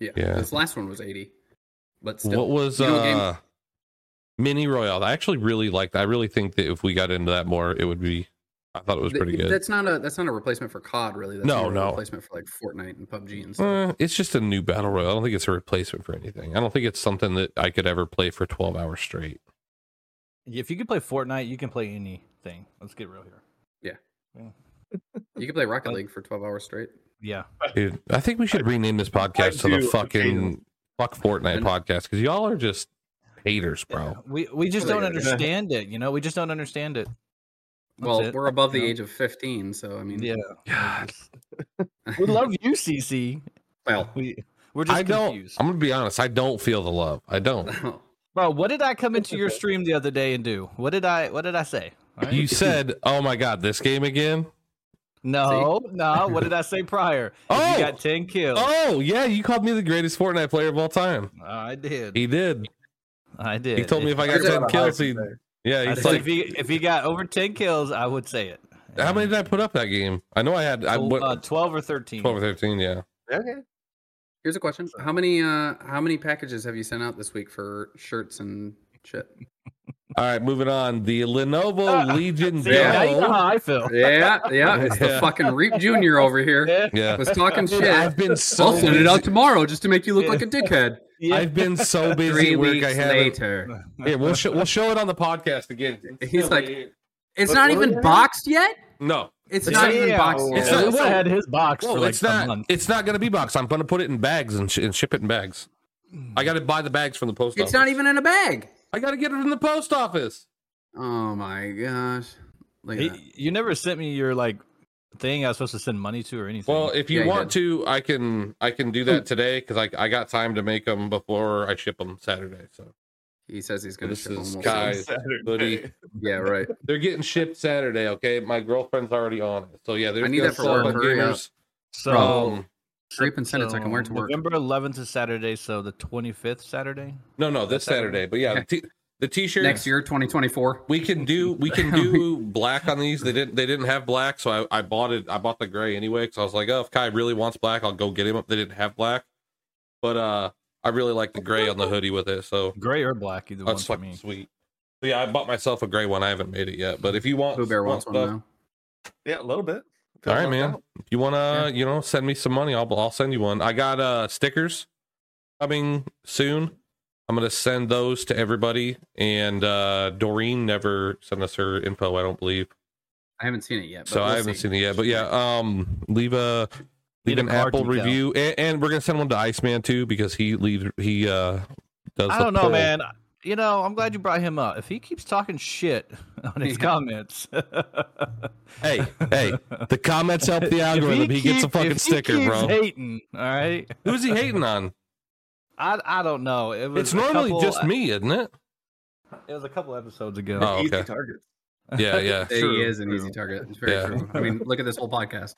[SPEAKER 1] Yeah,
[SPEAKER 2] Yeah.
[SPEAKER 1] this last one was eighty, but still,
[SPEAKER 2] what was
[SPEAKER 1] You know, game-
[SPEAKER 2] uh, Mini Royale? I actually really liked. I really think that if we got into that more, it would be. I thought it was
[SPEAKER 1] th-
[SPEAKER 2] pretty good.
[SPEAKER 1] That's not a that's not a replacement for COD, really. That's
[SPEAKER 2] No,
[SPEAKER 1] more of a
[SPEAKER 2] no.
[SPEAKER 1] replacement for like Fortnite and PUBG and stuff.
[SPEAKER 2] Eh, it's just a new battle royale. I don't think it's a replacement for anything. I don't think it's something that I could ever play for twelve hours straight.
[SPEAKER 3] If you can play Fortnite, you can play anything. Let's get real here.
[SPEAKER 1] You could play Rocket
[SPEAKER 3] But-
[SPEAKER 1] League for twelve hours straight.
[SPEAKER 3] Yeah.
[SPEAKER 2] Dude, I think we should rename this podcast to
[SPEAKER 4] do,
[SPEAKER 2] the fucking fuck Fortnite
[SPEAKER 1] And-
[SPEAKER 2] podcast because y'all are just haters, bro.
[SPEAKER 3] We we just
[SPEAKER 1] Well,
[SPEAKER 2] *laughs*
[SPEAKER 3] don't
[SPEAKER 1] yeah.
[SPEAKER 3] understand it. You know, we just don't understand it. That's
[SPEAKER 1] well,
[SPEAKER 3] it.
[SPEAKER 1] we're above the
[SPEAKER 3] Yeah.
[SPEAKER 1] age of 15, so I mean,
[SPEAKER 3] yeah.
[SPEAKER 2] *laughs* God.
[SPEAKER 3] We love you, CC.
[SPEAKER 1] well, *laughs*
[SPEAKER 3] We we're just
[SPEAKER 2] I don't.
[SPEAKER 3] confused.
[SPEAKER 2] I'm gonna be honest. I don't feel the love. I don't.
[SPEAKER 3] Bro, what did I come into your stream the other day and do? What did I what did I say? All right? *laughs*
[SPEAKER 2] You said, "Oh my god, this game again."
[SPEAKER 3] no, no. What did I say prior?
[SPEAKER 2] *laughs*
[SPEAKER 3] If
[SPEAKER 2] Oh!
[SPEAKER 3] you got ten kills.
[SPEAKER 2] Oh yeah, you called me the greatest Fortnite player of all time.
[SPEAKER 3] I did.
[SPEAKER 2] He did.
[SPEAKER 3] I did.
[SPEAKER 2] He told me if I got
[SPEAKER 1] Here's
[SPEAKER 2] ten
[SPEAKER 1] what
[SPEAKER 2] kills, he
[SPEAKER 4] today.
[SPEAKER 2] yeah.
[SPEAKER 3] I
[SPEAKER 2] He's
[SPEAKER 3] said
[SPEAKER 2] like,
[SPEAKER 3] if he if he got over ten kills, I would say it.
[SPEAKER 2] how many did I put up that game? I know I had I
[SPEAKER 3] Oh,
[SPEAKER 2] went
[SPEAKER 3] uh, twelve or thirteen.
[SPEAKER 2] twelve or thirteen. Yeah,
[SPEAKER 4] Okay.
[SPEAKER 1] here's a question: How many uh how many packages have you sent out this week for shirts and shit?
[SPEAKER 2] All right, moving on. The Lenovo
[SPEAKER 3] Ah,
[SPEAKER 2] Legion
[SPEAKER 3] See,
[SPEAKER 1] Yeah.
[SPEAKER 3] now you know
[SPEAKER 2] Go.
[SPEAKER 3] how
[SPEAKER 2] *laughs*
[SPEAKER 3] I feel.
[SPEAKER 1] Yeah, yeah, it's the
[SPEAKER 2] Yeah.
[SPEAKER 1] fucking Reap Junior over here.
[SPEAKER 3] *laughs* Yeah.
[SPEAKER 2] Yeah,
[SPEAKER 1] Was
[SPEAKER 2] *laughs*
[SPEAKER 1] talking *laughs* shit. I'll
[SPEAKER 2] I've been so
[SPEAKER 1] send it out
[SPEAKER 2] busy.
[SPEAKER 1] tomorrow just to make you look
[SPEAKER 3] Yeah.
[SPEAKER 1] like a dickhead.
[SPEAKER 2] *laughs* I've been so busy
[SPEAKER 1] Three
[SPEAKER 2] at work.
[SPEAKER 1] weeks
[SPEAKER 2] I haven't.
[SPEAKER 1] later,
[SPEAKER 2] Here, we'll show we'll show it on the podcast again.
[SPEAKER 1] He's like- it's
[SPEAKER 4] What-
[SPEAKER 1] not
[SPEAKER 4] what
[SPEAKER 1] even
[SPEAKER 4] are you-
[SPEAKER 1] boxed yet.
[SPEAKER 2] no,
[SPEAKER 1] It's
[SPEAKER 3] Yeah.
[SPEAKER 1] not even
[SPEAKER 3] Yeah.
[SPEAKER 1] boxed.
[SPEAKER 4] It's
[SPEAKER 1] yet.
[SPEAKER 2] not-
[SPEAKER 3] Well,
[SPEAKER 2] whoa.
[SPEAKER 3] I had his box
[SPEAKER 2] Whoa,
[SPEAKER 3] for like
[SPEAKER 2] it's
[SPEAKER 3] a
[SPEAKER 2] not.
[SPEAKER 3] month.
[SPEAKER 2] It's not gonna be boxed. I'm gonna put it in bags and, sh- and ship it in bags. Mm. I gotta buy the bags from the post
[SPEAKER 1] It's
[SPEAKER 2] office.
[SPEAKER 1] not even in a bag.
[SPEAKER 2] I gotta get it from the post office.
[SPEAKER 1] Oh my gosh. Look at
[SPEAKER 3] Hey,
[SPEAKER 1] that.
[SPEAKER 3] you never sent me your like thing I was supposed to send money to or anything.
[SPEAKER 2] Well, if you
[SPEAKER 1] Yeah, you
[SPEAKER 2] want to, I can I can do
[SPEAKER 3] Hmm.
[SPEAKER 2] that today because I I got time to make them before I ship them Saturday. So
[SPEAKER 1] He says he's gonna
[SPEAKER 2] This
[SPEAKER 1] ship 'em,
[SPEAKER 2] is
[SPEAKER 1] we'll see.
[SPEAKER 2] Kai.
[SPEAKER 4] Saturday.
[SPEAKER 1] Yeah, right.
[SPEAKER 2] they're getting shipped Saturday. Okay, my girlfriend's already on it. So yeah, there's
[SPEAKER 1] I need
[SPEAKER 2] no
[SPEAKER 1] that for
[SPEAKER 2] sell
[SPEAKER 1] work.
[SPEAKER 2] on
[SPEAKER 1] Hurry up.
[SPEAKER 2] gamers.
[SPEAKER 3] so
[SPEAKER 2] Um,
[SPEAKER 3] so-
[SPEAKER 1] Grape and send it so I can wear it to work.
[SPEAKER 3] November 11th is Saturday, so the 25th Saturday.
[SPEAKER 2] no, no, this Saturday.
[SPEAKER 3] Saturday.
[SPEAKER 2] But yeah, the t-
[SPEAKER 1] *laughs*
[SPEAKER 2] the t-shirts
[SPEAKER 1] Next year, 2024.
[SPEAKER 2] we can do we
[SPEAKER 3] *laughs*
[SPEAKER 2] can do black on these. They didn't they didn't have black, so I, I bought it. I bought the gray anyway because I was like, oh, if Kai really wants black, I'll go get him. They didn't have black, but uh, I really like the gray on the hoodie with it. So
[SPEAKER 3] Gray or black, either one
[SPEAKER 2] That's
[SPEAKER 3] for
[SPEAKER 2] fucking
[SPEAKER 3] me.
[SPEAKER 2] sweet. So yeah, I bought myself a gray one. I haven't made it yet, but if you want,
[SPEAKER 1] Pooh Bear wants
[SPEAKER 2] want
[SPEAKER 1] one now.
[SPEAKER 4] yeah, a little bit.
[SPEAKER 2] all
[SPEAKER 4] Feels
[SPEAKER 2] right,
[SPEAKER 4] left
[SPEAKER 2] man.
[SPEAKER 4] out.
[SPEAKER 2] If you wanna, you know, send me some money, I'll I'll send you one. I got uh stickers coming soon. I'm gonna send those to everybody. And uh Doreen never sent us her info. I don't believe,
[SPEAKER 1] I haven't seen it yet. But
[SPEAKER 2] so I haven't seen it yet. But yeah, um, leave a leave
[SPEAKER 3] Need a
[SPEAKER 2] an
[SPEAKER 3] card
[SPEAKER 2] Apple
[SPEAKER 3] detail.
[SPEAKER 2] review, and, and we're gonna send one to Iceman too because he leaves he uh does.
[SPEAKER 3] I
[SPEAKER 2] the
[SPEAKER 3] don't know,
[SPEAKER 2] poll.
[SPEAKER 3] man. You know, I'm glad you brought him up. If he keeps talking shit *laughs* on his
[SPEAKER 1] Yeah.
[SPEAKER 3] comments,
[SPEAKER 2] Hey, *laughs*
[SPEAKER 3] *laughs*
[SPEAKER 2] hey, the comments help the algorithm. He, gets a
[SPEAKER 3] keep-
[SPEAKER 2] fucking
[SPEAKER 3] if he
[SPEAKER 2] sticker,
[SPEAKER 3] keeps
[SPEAKER 2] bro.
[SPEAKER 3] Hating, all right.
[SPEAKER 2] Who's he hating
[SPEAKER 3] *laughs*
[SPEAKER 2] on?
[SPEAKER 3] I I don't know. It was
[SPEAKER 2] It's
[SPEAKER 3] a
[SPEAKER 2] normally
[SPEAKER 3] couple-
[SPEAKER 2] just me, isn't it?
[SPEAKER 3] *laughs* It was a couple episodes ago.
[SPEAKER 2] Oh,
[SPEAKER 4] Easy
[SPEAKER 2] okay.
[SPEAKER 4] target.
[SPEAKER 2] Yeah, yeah,
[SPEAKER 1] He
[SPEAKER 3] True,
[SPEAKER 1] is an
[SPEAKER 4] true.
[SPEAKER 1] easy target. It's very
[SPEAKER 2] Yeah.
[SPEAKER 1] true. I mean, look at this whole
[SPEAKER 2] *laughs*
[SPEAKER 1] podcast.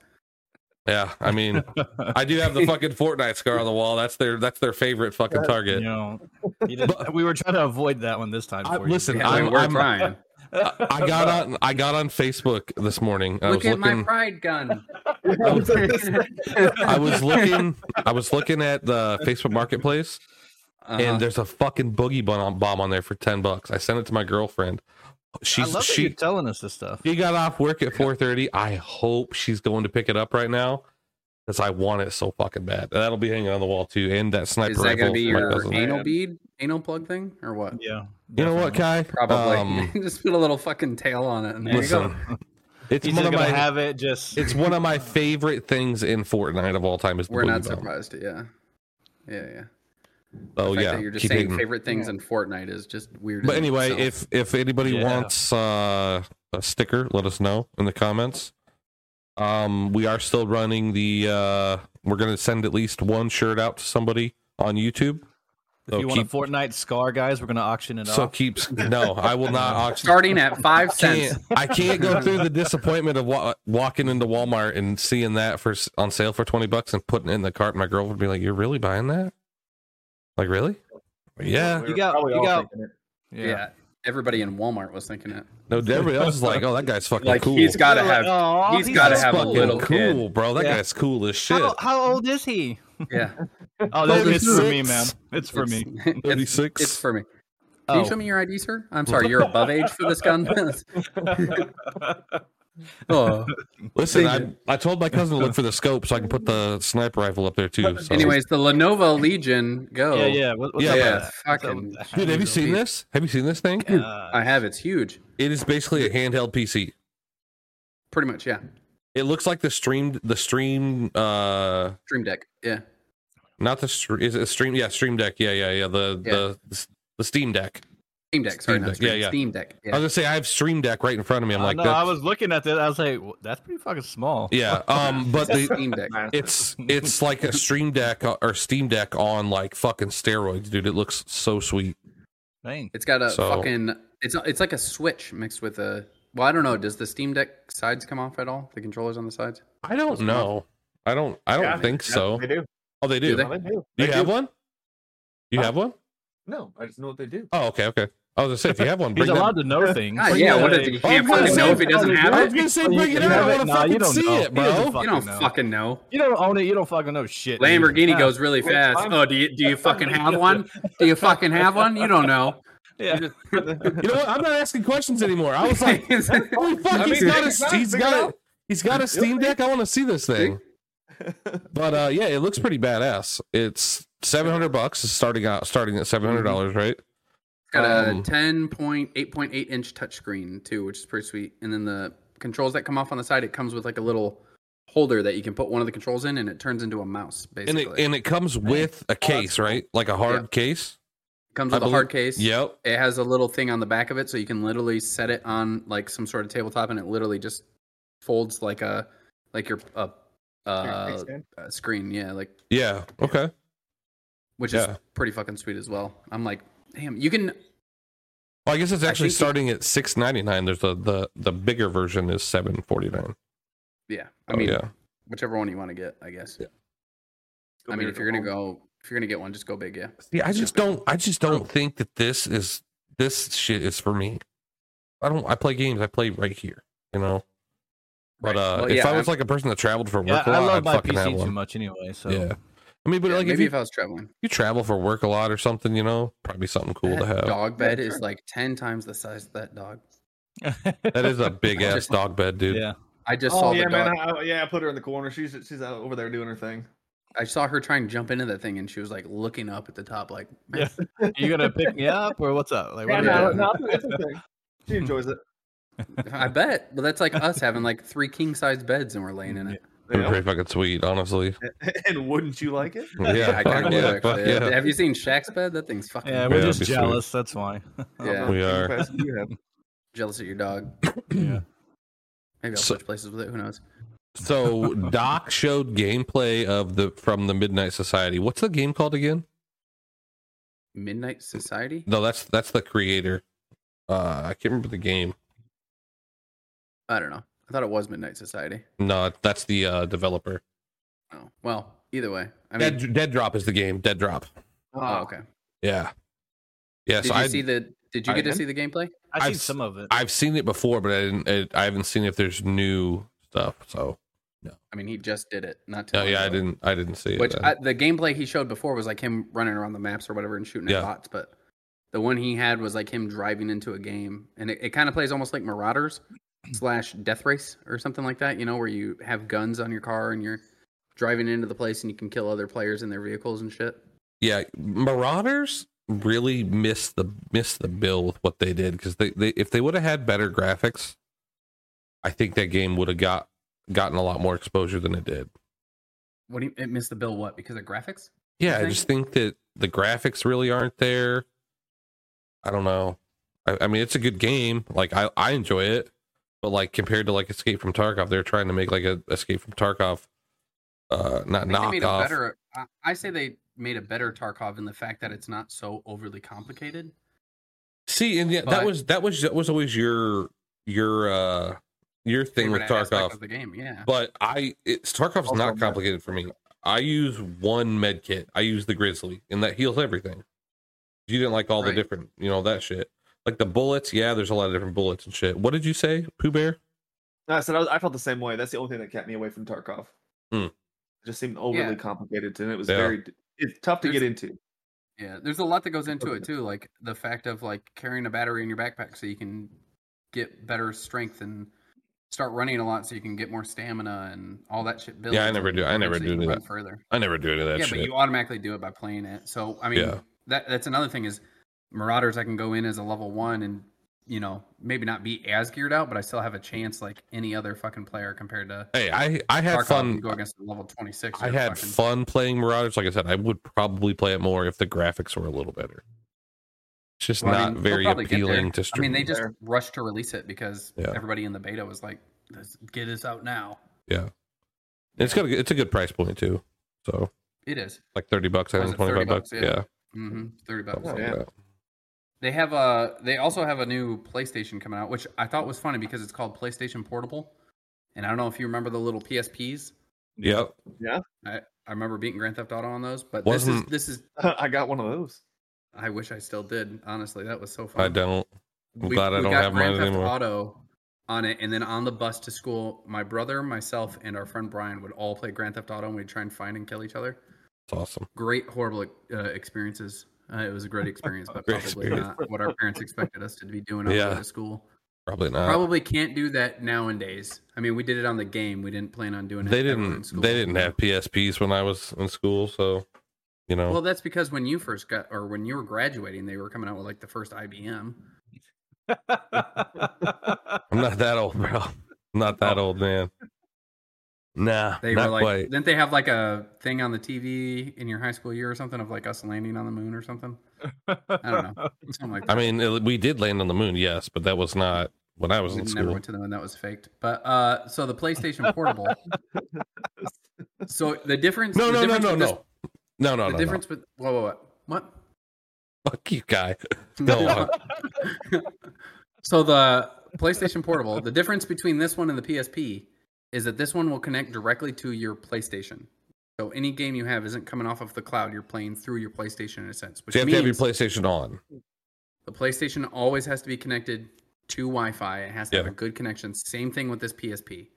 [SPEAKER 2] yeah. I mean, I do have
[SPEAKER 3] *laughs*
[SPEAKER 2] the fucking Fortnite scar on the wall. That's their that's their favorite fucking
[SPEAKER 3] You
[SPEAKER 2] target.
[SPEAKER 3] know, you didn't- we were trying to avoid that one this time.
[SPEAKER 2] I-
[SPEAKER 3] for you.
[SPEAKER 2] listen,
[SPEAKER 1] Yeah,
[SPEAKER 2] I'm-
[SPEAKER 1] we're
[SPEAKER 2] I'm-
[SPEAKER 1] trying.
[SPEAKER 2] I, I got on I got on Facebook this morning. I
[SPEAKER 1] Look
[SPEAKER 2] was
[SPEAKER 1] at my
[SPEAKER 2] looking
[SPEAKER 1] pride gun.
[SPEAKER 2] *laughs* I was looking I was looking at the Facebook Marketplace and
[SPEAKER 1] Uh-huh.
[SPEAKER 2] there's a fucking boogie bomb bomb on there for 10 bucks. I sent it to my girlfriend.
[SPEAKER 3] I
[SPEAKER 2] She's
[SPEAKER 3] love that
[SPEAKER 2] she
[SPEAKER 3] you're telling us this stuff.
[SPEAKER 2] She got off work at 4:30. I hope she's going to pick it up right now because I want it so fucking bad. That'll be hanging on the wall too, and that sniper
[SPEAKER 1] Is that
[SPEAKER 2] rifle.
[SPEAKER 1] gonna be
[SPEAKER 2] my
[SPEAKER 1] your
[SPEAKER 2] cousin.
[SPEAKER 1] anal
[SPEAKER 4] Man.
[SPEAKER 1] bead, anal plug thing, or what?
[SPEAKER 3] Yeah,
[SPEAKER 2] you know what, Kai?
[SPEAKER 1] Probably.
[SPEAKER 2] Um,
[SPEAKER 1] Just put a little fucking tail on it, and *laughs* there you
[SPEAKER 2] listen,
[SPEAKER 1] go.
[SPEAKER 2] it's
[SPEAKER 3] He's
[SPEAKER 2] one
[SPEAKER 3] just
[SPEAKER 2] of
[SPEAKER 3] gonna
[SPEAKER 2] my
[SPEAKER 3] have it. Just
[SPEAKER 2] it's one of my favorite things in Fortnite of all time. Is the
[SPEAKER 1] We're
[SPEAKER 2] boogie
[SPEAKER 1] not
[SPEAKER 2] bomb.
[SPEAKER 1] surprised. Yeah, yeah, yeah. The
[SPEAKER 2] Oh
[SPEAKER 1] fact
[SPEAKER 2] yeah,
[SPEAKER 1] that you're just
[SPEAKER 2] keep
[SPEAKER 1] saying
[SPEAKER 2] hating.
[SPEAKER 1] favorite things in Fortnite is just weird.
[SPEAKER 2] But
[SPEAKER 1] in
[SPEAKER 2] anyway,
[SPEAKER 1] itself.
[SPEAKER 2] if if anybody
[SPEAKER 3] Yeah.
[SPEAKER 2] wants uh, a sticker, let us know in the comments. Um, we are still running the. Uh, we're gonna send at least one shirt out to somebody on YouTube.
[SPEAKER 3] if you
[SPEAKER 2] So
[SPEAKER 3] want a
[SPEAKER 2] keep
[SPEAKER 3] Fortnite scar, guys, we're gonna auction it
[SPEAKER 2] so
[SPEAKER 3] off.
[SPEAKER 2] keeps no. I will
[SPEAKER 3] *laughs*
[SPEAKER 2] not auction.
[SPEAKER 1] starting at five cents,
[SPEAKER 2] Can't, *laughs* I can't go through the disappointment of wa- walking into Walmart and seeing that for s- on sale for twenty bucks and putting it in the cart. My girl would be like, "You're really buying that? Like really? Yeah.
[SPEAKER 4] We
[SPEAKER 3] You
[SPEAKER 4] were
[SPEAKER 3] got-
[SPEAKER 4] probably
[SPEAKER 3] you
[SPEAKER 4] all
[SPEAKER 3] got-
[SPEAKER 4] thinking it.
[SPEAKER 1] yeah. everybody in Walmart was thinking it.
[SPEAKER 2] No, everybody else is like, "Oh, that
[SPEAKER 3] *laughs*
[SPEAKER 2] guy's fucking
[SPEAKER 1] Like
[SPEAKER 2] cool.
[SPEAKER 1] he's got to
[SPEAKER 3] They're like,
[SPEAKER 1] have
[SPEAKER 3] "Aw,
[SPEAKER 1] he's gotta
[SPEAKER 2] That's
[SPEAKER 1] have a
[SPEAKER 2] fucking
[SPEAKER 1] little kid."
[SPEAKER 2] cool, bro. That
[SPEAKER 3] Yeah.
[SPEAKER 2] guy's cool as shit.
[SPEAKER 3] How, how old is he?
[SPEAKER 1] yeah.
[SPEAKER 3] Oh, this, it's for me,
[SPEAKER 2] 36.
[SPEAKER 3] man. It's for me.
[SPEAKER 1] It's, *laughs*
[SPEAKER 2] Thirty-six.
[SPEAKER 1] it's for me. Can you show
[SPEAKER 3] Oh,
[SPEAKER 1] me your ID, sir? I'm sorry, you're above age for this gun. *laughs* oh.
[SPEAKER 2] Listen,
[SPEAKER 1] Thank
[SPEAKER 2] I, I told my cousin to look for the scope so I can put
[SPEAKER 3] *laughs*
[SPEAKER 2] the sniper rifle up there too. So.
[SPEAKER 1] Anyways, the Lenovo Legion Go.
[SPEAKER 3] yeah, yeah. What, what's
[SPEAKER 2] Yeah,
[SPEAKER 3] up
[SPEAKER 1] yeah,
[SPEAKER 3] with that? What's up
[SPEAKER 1] fucking-
[SPEAKER 2] *laughs*
[SPEAKER 3] with that?
[SPEAKER 2] dude, have you seen this? Have you seen this thing?
[SPEAKER 3] Uh,
[SPEAKER 1] I have. It's huge.
[SPEAKER 2] It is basically a handheld PC.
[SPEAKER 1] Pretty much, yeah.
[SPEAKER 2] It looks like the stream, the stream, uh,
[SPEAKER 1] Dream Deck. Yeah.
[SPEAKER 2] not the stream, is it stream? Yeah, stream deck. Yeah, yeah, yeah. The
[SPEAKER 1] Yeah.
[SPEAKER 2] the the Steam Deck.
[SPEAKER 1] Steam Deck. Sorry,
[SPEAKER 2] Steam
[SPEAKER 1] not
[SPEAKER 2] Deck,
[SPEAKER 1] Stream-
[SPEAKER 2] yeah, yeah.
[SPEAKER 1] Steam Deck.
[SPEAKER 2] I was
[SPEAKER 1] Yeah.
[SPEAKER 2] gonna say I have Stream Deck right in front of me. I'm
[SPEAKER 3] I
[SPEAKER 2] like,
[SPEAKER 3] know,
[SPEAKER 2] that's-
[SPEAKER 3] I was looking at that. I was like, "Well, that's pretty fucking small.
[SPEAKER 2] *laughs* yeah. Um, but the,
[SPEAKER 3] *laughs*
[SPEAKER 1] Steam Deck.
[SPEAKER 2] It's it's like a stream deck uh, or Steam Deck on like fucking steroids, dude. It looks so sweet.
[SPEAKER 3] Dang.
[SPEAKER 1] It's got a
[SPEAKER 2] So-
[SPEAKER 1] fucking. It's it's like a Switch mixed with a. Well, I don't know. Does the Steam Deck sides come off at all? The controllers on the sides?
[SPEAKER 2] I don't know. I don't. I don't
[SPEAKER 4] Yeah,
[SPEAKER 2] think
[SPEAKER 4] yeah,
[SPEAKER 2] so.
[SPEAKER 4] They do.
[SPEAKER 2] Oh, they do.
[SPEAKER 1] Do
[SPEAKER 2] Do
[SPEAKER 1] they?
[SPEAKER 4] They do.
[SPEAKER 2] you
[SPEAKER 4] They
[SPEAKER 2] have
[SPEAKER 4] do.
[SPEAKER 2] one? You
[SPEAKER 4] Huh?
[SPEAKER 2] have one?
[SPEAKER 4] No, I just know what they do.
[SPEAKER 2] Oh, okay, okay. I was gonna say if you *laughs* have one,
[SPEAKER 3] He's
[SPEAKER 2] bring that. Ah,
[SPEAKER 3] allowed to know things.
[SPEAKER 1] God,
[SPEAKER 2] Bring
[SPEAKER 1] yeah.
[SPEAKER 2] it
[SPEAKER 1] What
[SPEAKER 2] out.
[SPEAKER 1] is it? You
[SPEAKER 2] I
[SPEAKER 1] can't
[SPEAKER 2] was gonna
[SPEAKER 1] fucking know
[SPEAKER 2] say-
[SPEAKER 1] if he doesn't have
[SPEAKER 2] I
[SPEAKER 1] it.
[SPEAKER 2] was gonna say
[SPEAKER 3] You
[SPEAKER 2] bring it
[SPEAKER 3] have
[SPEAKER 2] out. I
[SPEAKER 3] it?
[SPEAKER 2] want to
[SPEAKER 3] Nah, you
[SPEAKER 2] fucking
[SPEAKER 3] don't
[SPEAKER 2] see
[SPEAKER 3] know.
[SPEAKER 2] it,
[SPEAKER 3] He doesn't
[SPEAKER 2] bro.
[SPEAKER 1] You don't
[SPEAKER 3] know.
[SPEAKER 1] fucking know.
[SPEAKER 3] You don't own it. You don't fucking know shit. dude.
[SPEAKER 1] Lamborghini
[SPEAKER 3] Yeah.
[SPEAKER 1] goes really
[SPEAKER 4] Wait,
[SPEAKER 1] fast.
[SPEAKER 4] I'm-
[SPEAKER 1] Oh, do you do you fucking have one? Do you fucking have one? You don't know.
[SPEAKER 3] Yeah.
[SPEAKER 1] *laughs*
[SPEAKER 2] You know what? I'm not asking questions anymore. I was *laughs* like, oh, fuck,
[SPEAKER 4] I
[SPEAKER 2] he's
[SPEAKER 4] mean,
[SPEAKER 2] *laughs* got
[SPEAKER 4] figure it
[SPEAKER 2] a
[SPEAKER 4] out,
[SPEAKER 2] he's
[SPEAKER 4] figure it
[SPEAKER 2] got a,
[SPEAKER 4] out.
[SPEAKER 2] he's got a Steam Deck. I want to see this
[SPEAKER 4] *laughs*
[SPEAKER 2] thing. But uh, yeah, it looks pretty badass. It's seven hundred bucks. It's starting out starting at seven hundred dollars, right?
[SPEAKER 1] got a
[SPEAKER 2] Um,
[SPEAKER 1] ten point eight point eight inch touchscreen too, which is pretty sweet. And then the controls that come off on the side, it comes with like a little holder that you can put one of the controls in, and it turns into a mouse
[SPEAKER 2] And
[SPEAKER 1] basically.
[SPEAKER 2] it and it comes with a case, right? Like a hard
[SPEAKER 1] Yeah.
[SPEAKER 2] case.
[SPEAKER 1] Comes
[SPEAKER 2] I
[SPEAKER 1] with a hard case.
[SPEAKER 2] Yep.
[SPEAKER 1] It has a little thing on the back of it, so you can literally set it on like some sort of tabletop, and it literally just folds like a like your a, uh, a screen. Yeah, like
[SPEAKER 2] Yeah. Okay.
[SPEAKER 1] which
[SPEAKER 2] Yeah.
[SPEAKER 1] is pretty fucking sweet as well. I'm like, damn, you can.
[SPEAKER 2] Well, I guess it's
[SPEAKER 1] I
[SPEAKER 2] actually
[SPEAKER 1] think it-
[SPEAKER 2] starting at six ninety nine. There's a, the the bigger version is seven forty nine.
[SPEAKER 1] Yeah, I mean,
[SPEAKER 2] Oh, yeah.
[SPEAKER 1] whichever one you want to get, I guess. I mean, if you're gonna go, if you're gonna get one, just go big. Yeah,
[SPEAKER 2] See, I just don't. I just don't think that this is this shit is for me. I don't. I play games. I play right here. You know. But
[SPEAKER 1] Right.
[SPEAKER 2] uh,
[SPEAKER 1] Well,
[SPEAKER 2] if
[SPEAKER 1] yeah,
[SPEAKER 2] I was
[SPEAKER 1] I'm-
[SPEAKER 2] like a person that traveled for
[SPEAKER 3] Yeah,
[SPEAKER 2] work a
[SPEAKER 3] I
[SPEAKER 2] lot,
[SPEAKER 3] love
[SPEAKER 2] I'd
[SPEAKER 3] my
[SPEAKER 2] fucking have
[SPEAKER 3] PC too
[SPEAKER 2] one.
[SPEAKER 3] much anyway. So
[SPEAKER 2] Yeah. I mean, but
[SPEAKER 1] Yeah,
[SPEAKER 2] like if
[SPEAKER 1] maybe
[SPEAKER 2] you,
[SPEAKER 1] if, I was traveling,
[SPEAKER 2] you travel for work a lot or something, you know, probably something cool
[SPEAKER 1] *laughs*
[SPEAKER 2] to
[SPEAKER 1] that
[SPEAKER 2] have.
[SPEAKER 1] dog
[SPEAKER 4] Yeah,
[SPEAKER 1] bed is
[SPEAKER 4] sure.
[SPEAKER 1] like ten times the size of that dog.
[SPEAKER 2] That is a
[SPEAKER 1] *laughs*
[SPEAKER 2] big ass
[SPEAKER 1] Just-
[SPEAKER 2] dog bed, dude.
[SPEAKER 3] yeah.
[SPEAKER 1] I just saw
[SPEAKER 4] Oh
[SPEAKER 1] the
[SPEAKER 4] yeah,
[SPEAKER 1] dog.
[SPEAKER 4] man. I, I- yeah, I put her in the corner. She's she's out over there doing her thing.
[SPEAKER 1] I saw her try and jump into that thing, and she was like looking up at the top, like, "Man,
[SPEAKER 3] Yeah. you gonna pick me up or what's up? Like, what
[SPEAKER 4] Yeah,
[SPEAKER 3] are we
[SPEAKER 4] no,
[SPEAKER 3] doing?
[SPEAKER 4] no, it's okay.
[SPEAKER 1] *laughs*
[SPEAKER 4] She enjoys it.
[SPEAKER 1] I bet. But that's like us having like three king size beds, and we're laying in it.
[SPEAKER 2] That'd be
[SPEAKER 4] Yeah.
[SPEAKER 2] pretty fucking sweet, honestly.
[SPEAKER 4] *laughs* and wouldn't you like it?
[SPEAKER 2] Yeah,
[SPEAKER 1] *laughs* I kind
[SPEAKER 2] fuck
[SPEAKER 1] of
[SPEAKER 2] yeah,
[SPEAKER 1] would
[SPEAKER 2] fuck
[SPEAKER 1] actually.
[SPEAKER 2] yeah.
[SPEAKER 1] Have you seen Shaq's bed? That thing's fucking.
[SPEAKER 3] Yeah, we're
[SPEAKER 2] Yeah,
[SPEAKER 3] just
[SPEAKER 2] that'd be sweet.
[SPEAKER 3] jealous. That's why.
[SPEAKER 1] Yeah.
[SPEAKER 2] We are.
[SPEAKER 4] Impressed with you, yeah.
[SPEAKER 1] jealous at your dog.
[SPEAKER 3] Yeah.
[SPEAKER 1] Maybe I'll
[SPEAKER 2] So-
[SPEAKER 1] switch places with it. Who knows?
[SPEAKER 2] So Doc showed gameplay of the from the Midnight Society. What's the game called again?
[SPEAKER 1] Midnight Society.
[SPEAKER 2] No, that's that's the creator. Uh, I can't remember the game.
[SPEAKER 1] I don't know. I thought it was Midnight Society.
[SPEAKER 2] No, that's the uh, developer.
[SPEAKER 1] Oh well. Either way, I mean.
[SPEAKER 2] Dead, Dead Drop is the game. Dead Drop.
[SPEAKER 1] *laughs* oh, okay.
[SPEAKER 2] uh, Yeah, yeah.
[SPEAKER 1] Did
[SPEAKER 2] so
[SPEAKER 1] you
[SPEAKER 2] I
[SPEAKER 1] see the? Did you
[SPEAKER 4] I
[SPEAKER 1] get to
[SPEAKER 4] am.
[SPEAKER 1] see the gameplay?
[SPEAKER 3] I've,
[SPEAKER 2] I've
[SPEAKER 3] seen
[SPEAKER 2] s-
[SPEAKER 3] some of it.
[SPEAKER 2] I've seen it before, but I didn't. It, I haven't seen if there's new stuff. So
[SPEAKER 1] I mean, he just did it. Not too
[SPEAKER 2] no,
[SPEAKER 1] long
[SPEAKER 2] yeah, I
[SPEAKER 1] ago.
[SPEAKER 2] didn't. I didn't see it.
[SPEAKER 1] Which
[SPEAKER 2] then.
[SPEAKER 1] I, the gameplay he showed before was like him running around the maps or whatever and shooting
[SPEAKER 2] Yeah.
[SPEAKER 1] at bots, but the one he had was like him driving into a game, and it, it kind of plays almost like
[SPEAKER 2] *clears throat*
[SPEAKER 1] Marauders slash Death Race or something like that. You know, where you have guns on your car and you're driving into the place and you can kill other players in their vehicles and shit.
[SPEAKER 2] yeah, Marauders really missed the missed the bill with what they did because they, they if they would have had better graphics, I think that game would have got gotten a lot more exposure than it did.
[SPEAKER 1] What do you, it missed the bill? What because of graphics?
[SPEAKER 2] Yeah, I
[SPEAKER 1] think?
[SPEAKER 2] just think that the graphics really aren't there. I don't know. I, I mean, it's a good game. Like I, I enjoy it, but like compared to like Escape from Tarkov, they're trying to make like a Escape from Tarkov, uh, not
[SPEAKER 1] I think they made a
[SPEAKER 2] knockoff.
[SPEAKER 1] better. I, I say they made a better Tarkov in the fact that it's not so overly complicated.
[SPEAKER 2] See, and yeah, that
[SPEAKER 1] but-
[SPEAKER 2] was that was that was always your your uh your thing with
[SPEAKER 1] Favorite aspect
[SPEAKER 2] Tarkov.
[SPEAKER 1] of the game, yeah.
[SPEAKER 2] But I, it's Tarkov's
[SPEAKER 4] Also
[SPEAKER 2] not
[SPEAKER 4] not-
[SPEAKER 2] complicated for me. I use one med kit. I use the Grizzly, and that heals everything. You didn't like all
[SPEAKER 1] Right.
[SPEAKER 2] the different, you know, that shit. Like the bullets, yeah. There's a lot of different bullets and shit. What did you say, Pooh Bear?
[SPEAKER 4] No, I said I, was, I felt the same way. That's the only thing that kept me away from Tarkov.
[SPEAKER 2] Hmm.
[SPEAKER 4] It just seemed overly
[SPEAKER 1] Yeah.
[SPEAKER 4] complicated, and it was
[SPEAKER 2] Yeah.
[SPEAKER 4] very d- it's tough to
[SPEAKER 1] There's-
[SPEAKER 4] get into. *laughs*
[SPEAKER 1] Yeah, there's a lot that goes into it too, like the fact of like carrying a battery in your backpack so you can get better strength and start running a lot so you can get more stamina and all that shit. Builds
[SPEAKER 2] I never
[SPEAKER 1] and
[SPEAKER 2] do- I never
[SPEAKER 1] eventually
[SPEAKER 2] do
[SPEAKER 1] you
[SPEAKER 2] any
[SPEAKER 1] can
[SPEAKER 2] of
[SPEAKER 1] run
[SPEAKER 2] that
[SPEAKER 1] Further,
[SPEAKER 2] I never do any of that
[SPEAKER 1] yeah,
[SPEAKER 2] shit.
[SPEAKER 1] but you automatically do it by playing it. So I mean,
[SPEAKER 2] Yeah.
[SPEAKER 1] that that's another thing is Marauders. I can go in as a level one and you know maybe not be as geared out, but I still have a chance like any other fucking player compared to.
[SPEAKER 2] hey, I I had
[SPEAKER 1] Tarkov,
[SPEAKER 2] fun.
[SPEAKER 1] you go against a level twenty six.
[SPEAKER 2] I had fun playing Marauders. Like I said, I would probably play it more if the graphics were a little better. It's just
[SPEAKER 1] Well, I
[SPEAKER 2] not
[SPEAKER 1] mean, they'll
[SPEAKER 2] very
[SPEAKER 1] probably get there.
[SPEAKER 2] appealing to
[SPEAKER 1] I
[SPEAKER 2] stream.
[SPEAKER 1] mean, they just
[SPEAKER 4] there.
[SPEAKER 1] rushed to release it because
[SPEAKER 2] Yeah.
[SPEAKER 1] everybody in the beta was like, Let's "Get this out now."
[SPEAKER 2] it's got a, it's a good price point too. So
[SPEAKER 1] It is.
[SPEAKER 2] like thirty bucks, I
[SPEAKER 1] Was
[SPEAKER 2] think
[SPEAKER 1] it 30
[SPEAKER 2] twenty five bucks.
[SPEAKER 1] bucks? Yeah.
[SPEAKER 2] yeah.
[SPEAKER 1] Mm-hmm. Thirty bucks.
[SPEAKER 2] something like
[SPEAKER 4] yeah.
[SPEAKER 2] that.
[SPEAKER 1] They have a. They also have a new PlayStation coming out, which I thought was funny because it's called PlayStation Portable. And I don't know if you remember the little PSPs.
[SPEAKER 2] Yep.
[SPEAKER 1] I remember beating Grand Theft Auto on those, but
[SPEAKER 2] Wasn't-
[SPEAKER 1] this is this is.
[SPEAKER 4] I got one of
[SPEAKER 2] *laughs*
[SPEAKER 4] those.
[SPEAKER 1] I wish I still did. Honestly, that was so fun.
[SPEAKER 2] I don't. I'm glad I don't
[SPEAKER 1] got
[SPEAKER 2] have mine
[SPEAKER 1] Grand Theft
[SPEAKER 2] anymore.
[SPEAKER 1] Auto on it, and then on the bus to school, my brother, myself, and our friend Brian would all play Grand Theft Auto, and we'd try and find and kill each other.
[SPEAKER 2] It's awesome.
[SPEAKER 1] Great, horrible uh, experiences. Uh, it was a great experience, but
[SPEAKER 2] *laughs* Great
[SPEAKER 1] probably
[SPEAKER 2] experience.
[SPEAKER 1] not what our parents expected us to be doing on the way
[SPEAKER 2] Yeah. Uh,
[SPEAKER 1] to school.
[SPEAKER 2] Probably not.
[SPEAKER 1] Probably can't do that nowadays. I mean, we did it on the game. We didn't plan on doing it.
[SPEAKER 2] they
[SPEAKER 1] ever in
[SPEAKER 2] didn't.
[SPEAKER 1] school.
[SPEAKER 2] They didn't have PSPs when I was in school, so you know.
[SPEAKER 1] Well, that's because when you first got, or when you were graduating, they were coming out with like the first IBM.
[SPEAKER 2] I'm not that old, bro. *laughs* I'm not that old, man. Nah,
[SPEAKER 1] Oh. They
[SPEAKER 2] not
[SPEAKER 1] were like,
[SPEAKER 2] quite.
[SPEAKER 1] didn't they have like a thing on the TV in your high school year or something of like us landing on the moon or something? I don't
[SPEAKER 2] *laughs*
[SPEAKER 1] know. Something like
[SPEAKER 2] I
[SPEAKER 1] that.
[SPEAKER 2] mean, it, we did land on the moon, yes, but that was not when I was
[SPEAKER 1] We
[SPEAKER 2] in
[SPEAKER 1] never
[SPEAKER 2] school.
[SPEAKER 1] went to the one that was faked. But uh, so the PlayStation
[SPEAKER 2] *laughs*
[SPEAKER 1] Portable. so the difference.
[SPEAKER 2] No,
[SPEAKER 1] the
[SPEAKER 2] no, no,
[SPEAKER 1] difference
[SPEAKER 2] no,
[SPEAKER 1] with this-
[SPEAKER 2] no, no, no,
[SPEAKER 1] The
[SPEAKER 2] no, no.
[SPEAKER 1] difference with whoa, whoa, whoa. what?
[SPEAKER 2] Fuck you, guy. Go on.
[SPEAKER 1] so the PlayStation Portable, the difference between this one and the PSP is that this one will connect directly to your PlayStation. So any game you have isn't coming off of the cloud; you're playing through your PlayStation in a sense. Which
[SPEAKER 2] So you have to have your
[SPEAKER 1] means
[SPEAKER 2] PlayStation on.
[SPEAKER 1] the PlayStation always has to be connected to Wi-Fi. It has to have
[SPEAKER 2] Yeah.
[SPEAKER 1] a good connection. Same thing with this PSP.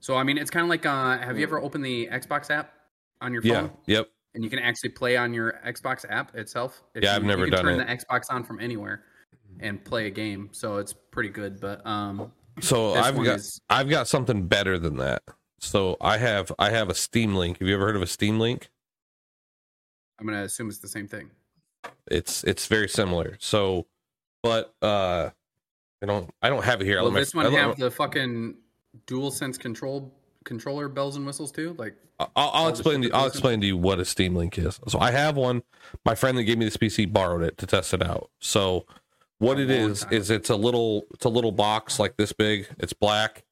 [SPEAKER 1] So I mean, it's kind of like uh, have you ever opened the Xbox app on your phone?
[SPEAKER 2] Yeah. Yep.
[SPEAKER 1] and you can actually play on your Xbox app itself. If
[SPEAKER 2] Yeah,
[SPEAKER 1] you,
[SPEAKER 2] I've never
[SPEAKER 1] you can
[SPEAKER 2] done
[SPEAKER 1] turn
[SPEAKER 2] it.
[SPEAKER 1] the Xbox on from anywhere and play a game, so it's pretty good. But um,
[SPEAKER 2] So
[SPEAKER 1] this
[SPEAKER 2] I've
[SPEAKER 1] one
[SPEAKER 2] got
[SPEAKER 1] is
[SPEAKER 2] I've got something better than that. So I have I have a Steam Link. Have you ever heard of a Steam Link?
[SPEAKER 1] I'm gonna assume it's the same thing.
[SPEAKER 2] It's it's very similar. So, but uh, I don't I don't have it here. I
[SPEAKER 1] Will
[SPEAKER 2] let my-
[SPEAKER 1] this
[SPEAKER 2] I
[SPEAKER 1] one
[SPEAKER 2] let-
[SPEAKER 1] have the fucking dual sense control controller bells and whistles too? Like
[SPEAKER 2] I'll, I'll
[SPEAKER 1] All the
[SPEAKER 2] explain. To,
[SPEAKER 1] shit that
[SPEAKER 2] I'll
[SPEAKER 1] goes in.
[SPEAKER 2] explain to you what a Steam Link is. So I have one. My friend that gave me this PC borrowed it to test it out. So what
[SPEAKER 1] A
[SPEAKER 2] it
[SPEAKER 1] long
[SPEAKER 2] is
[SPEAKER 1] time.
[SPEAKER 2] is it's a little it's a little box like this big. It's black,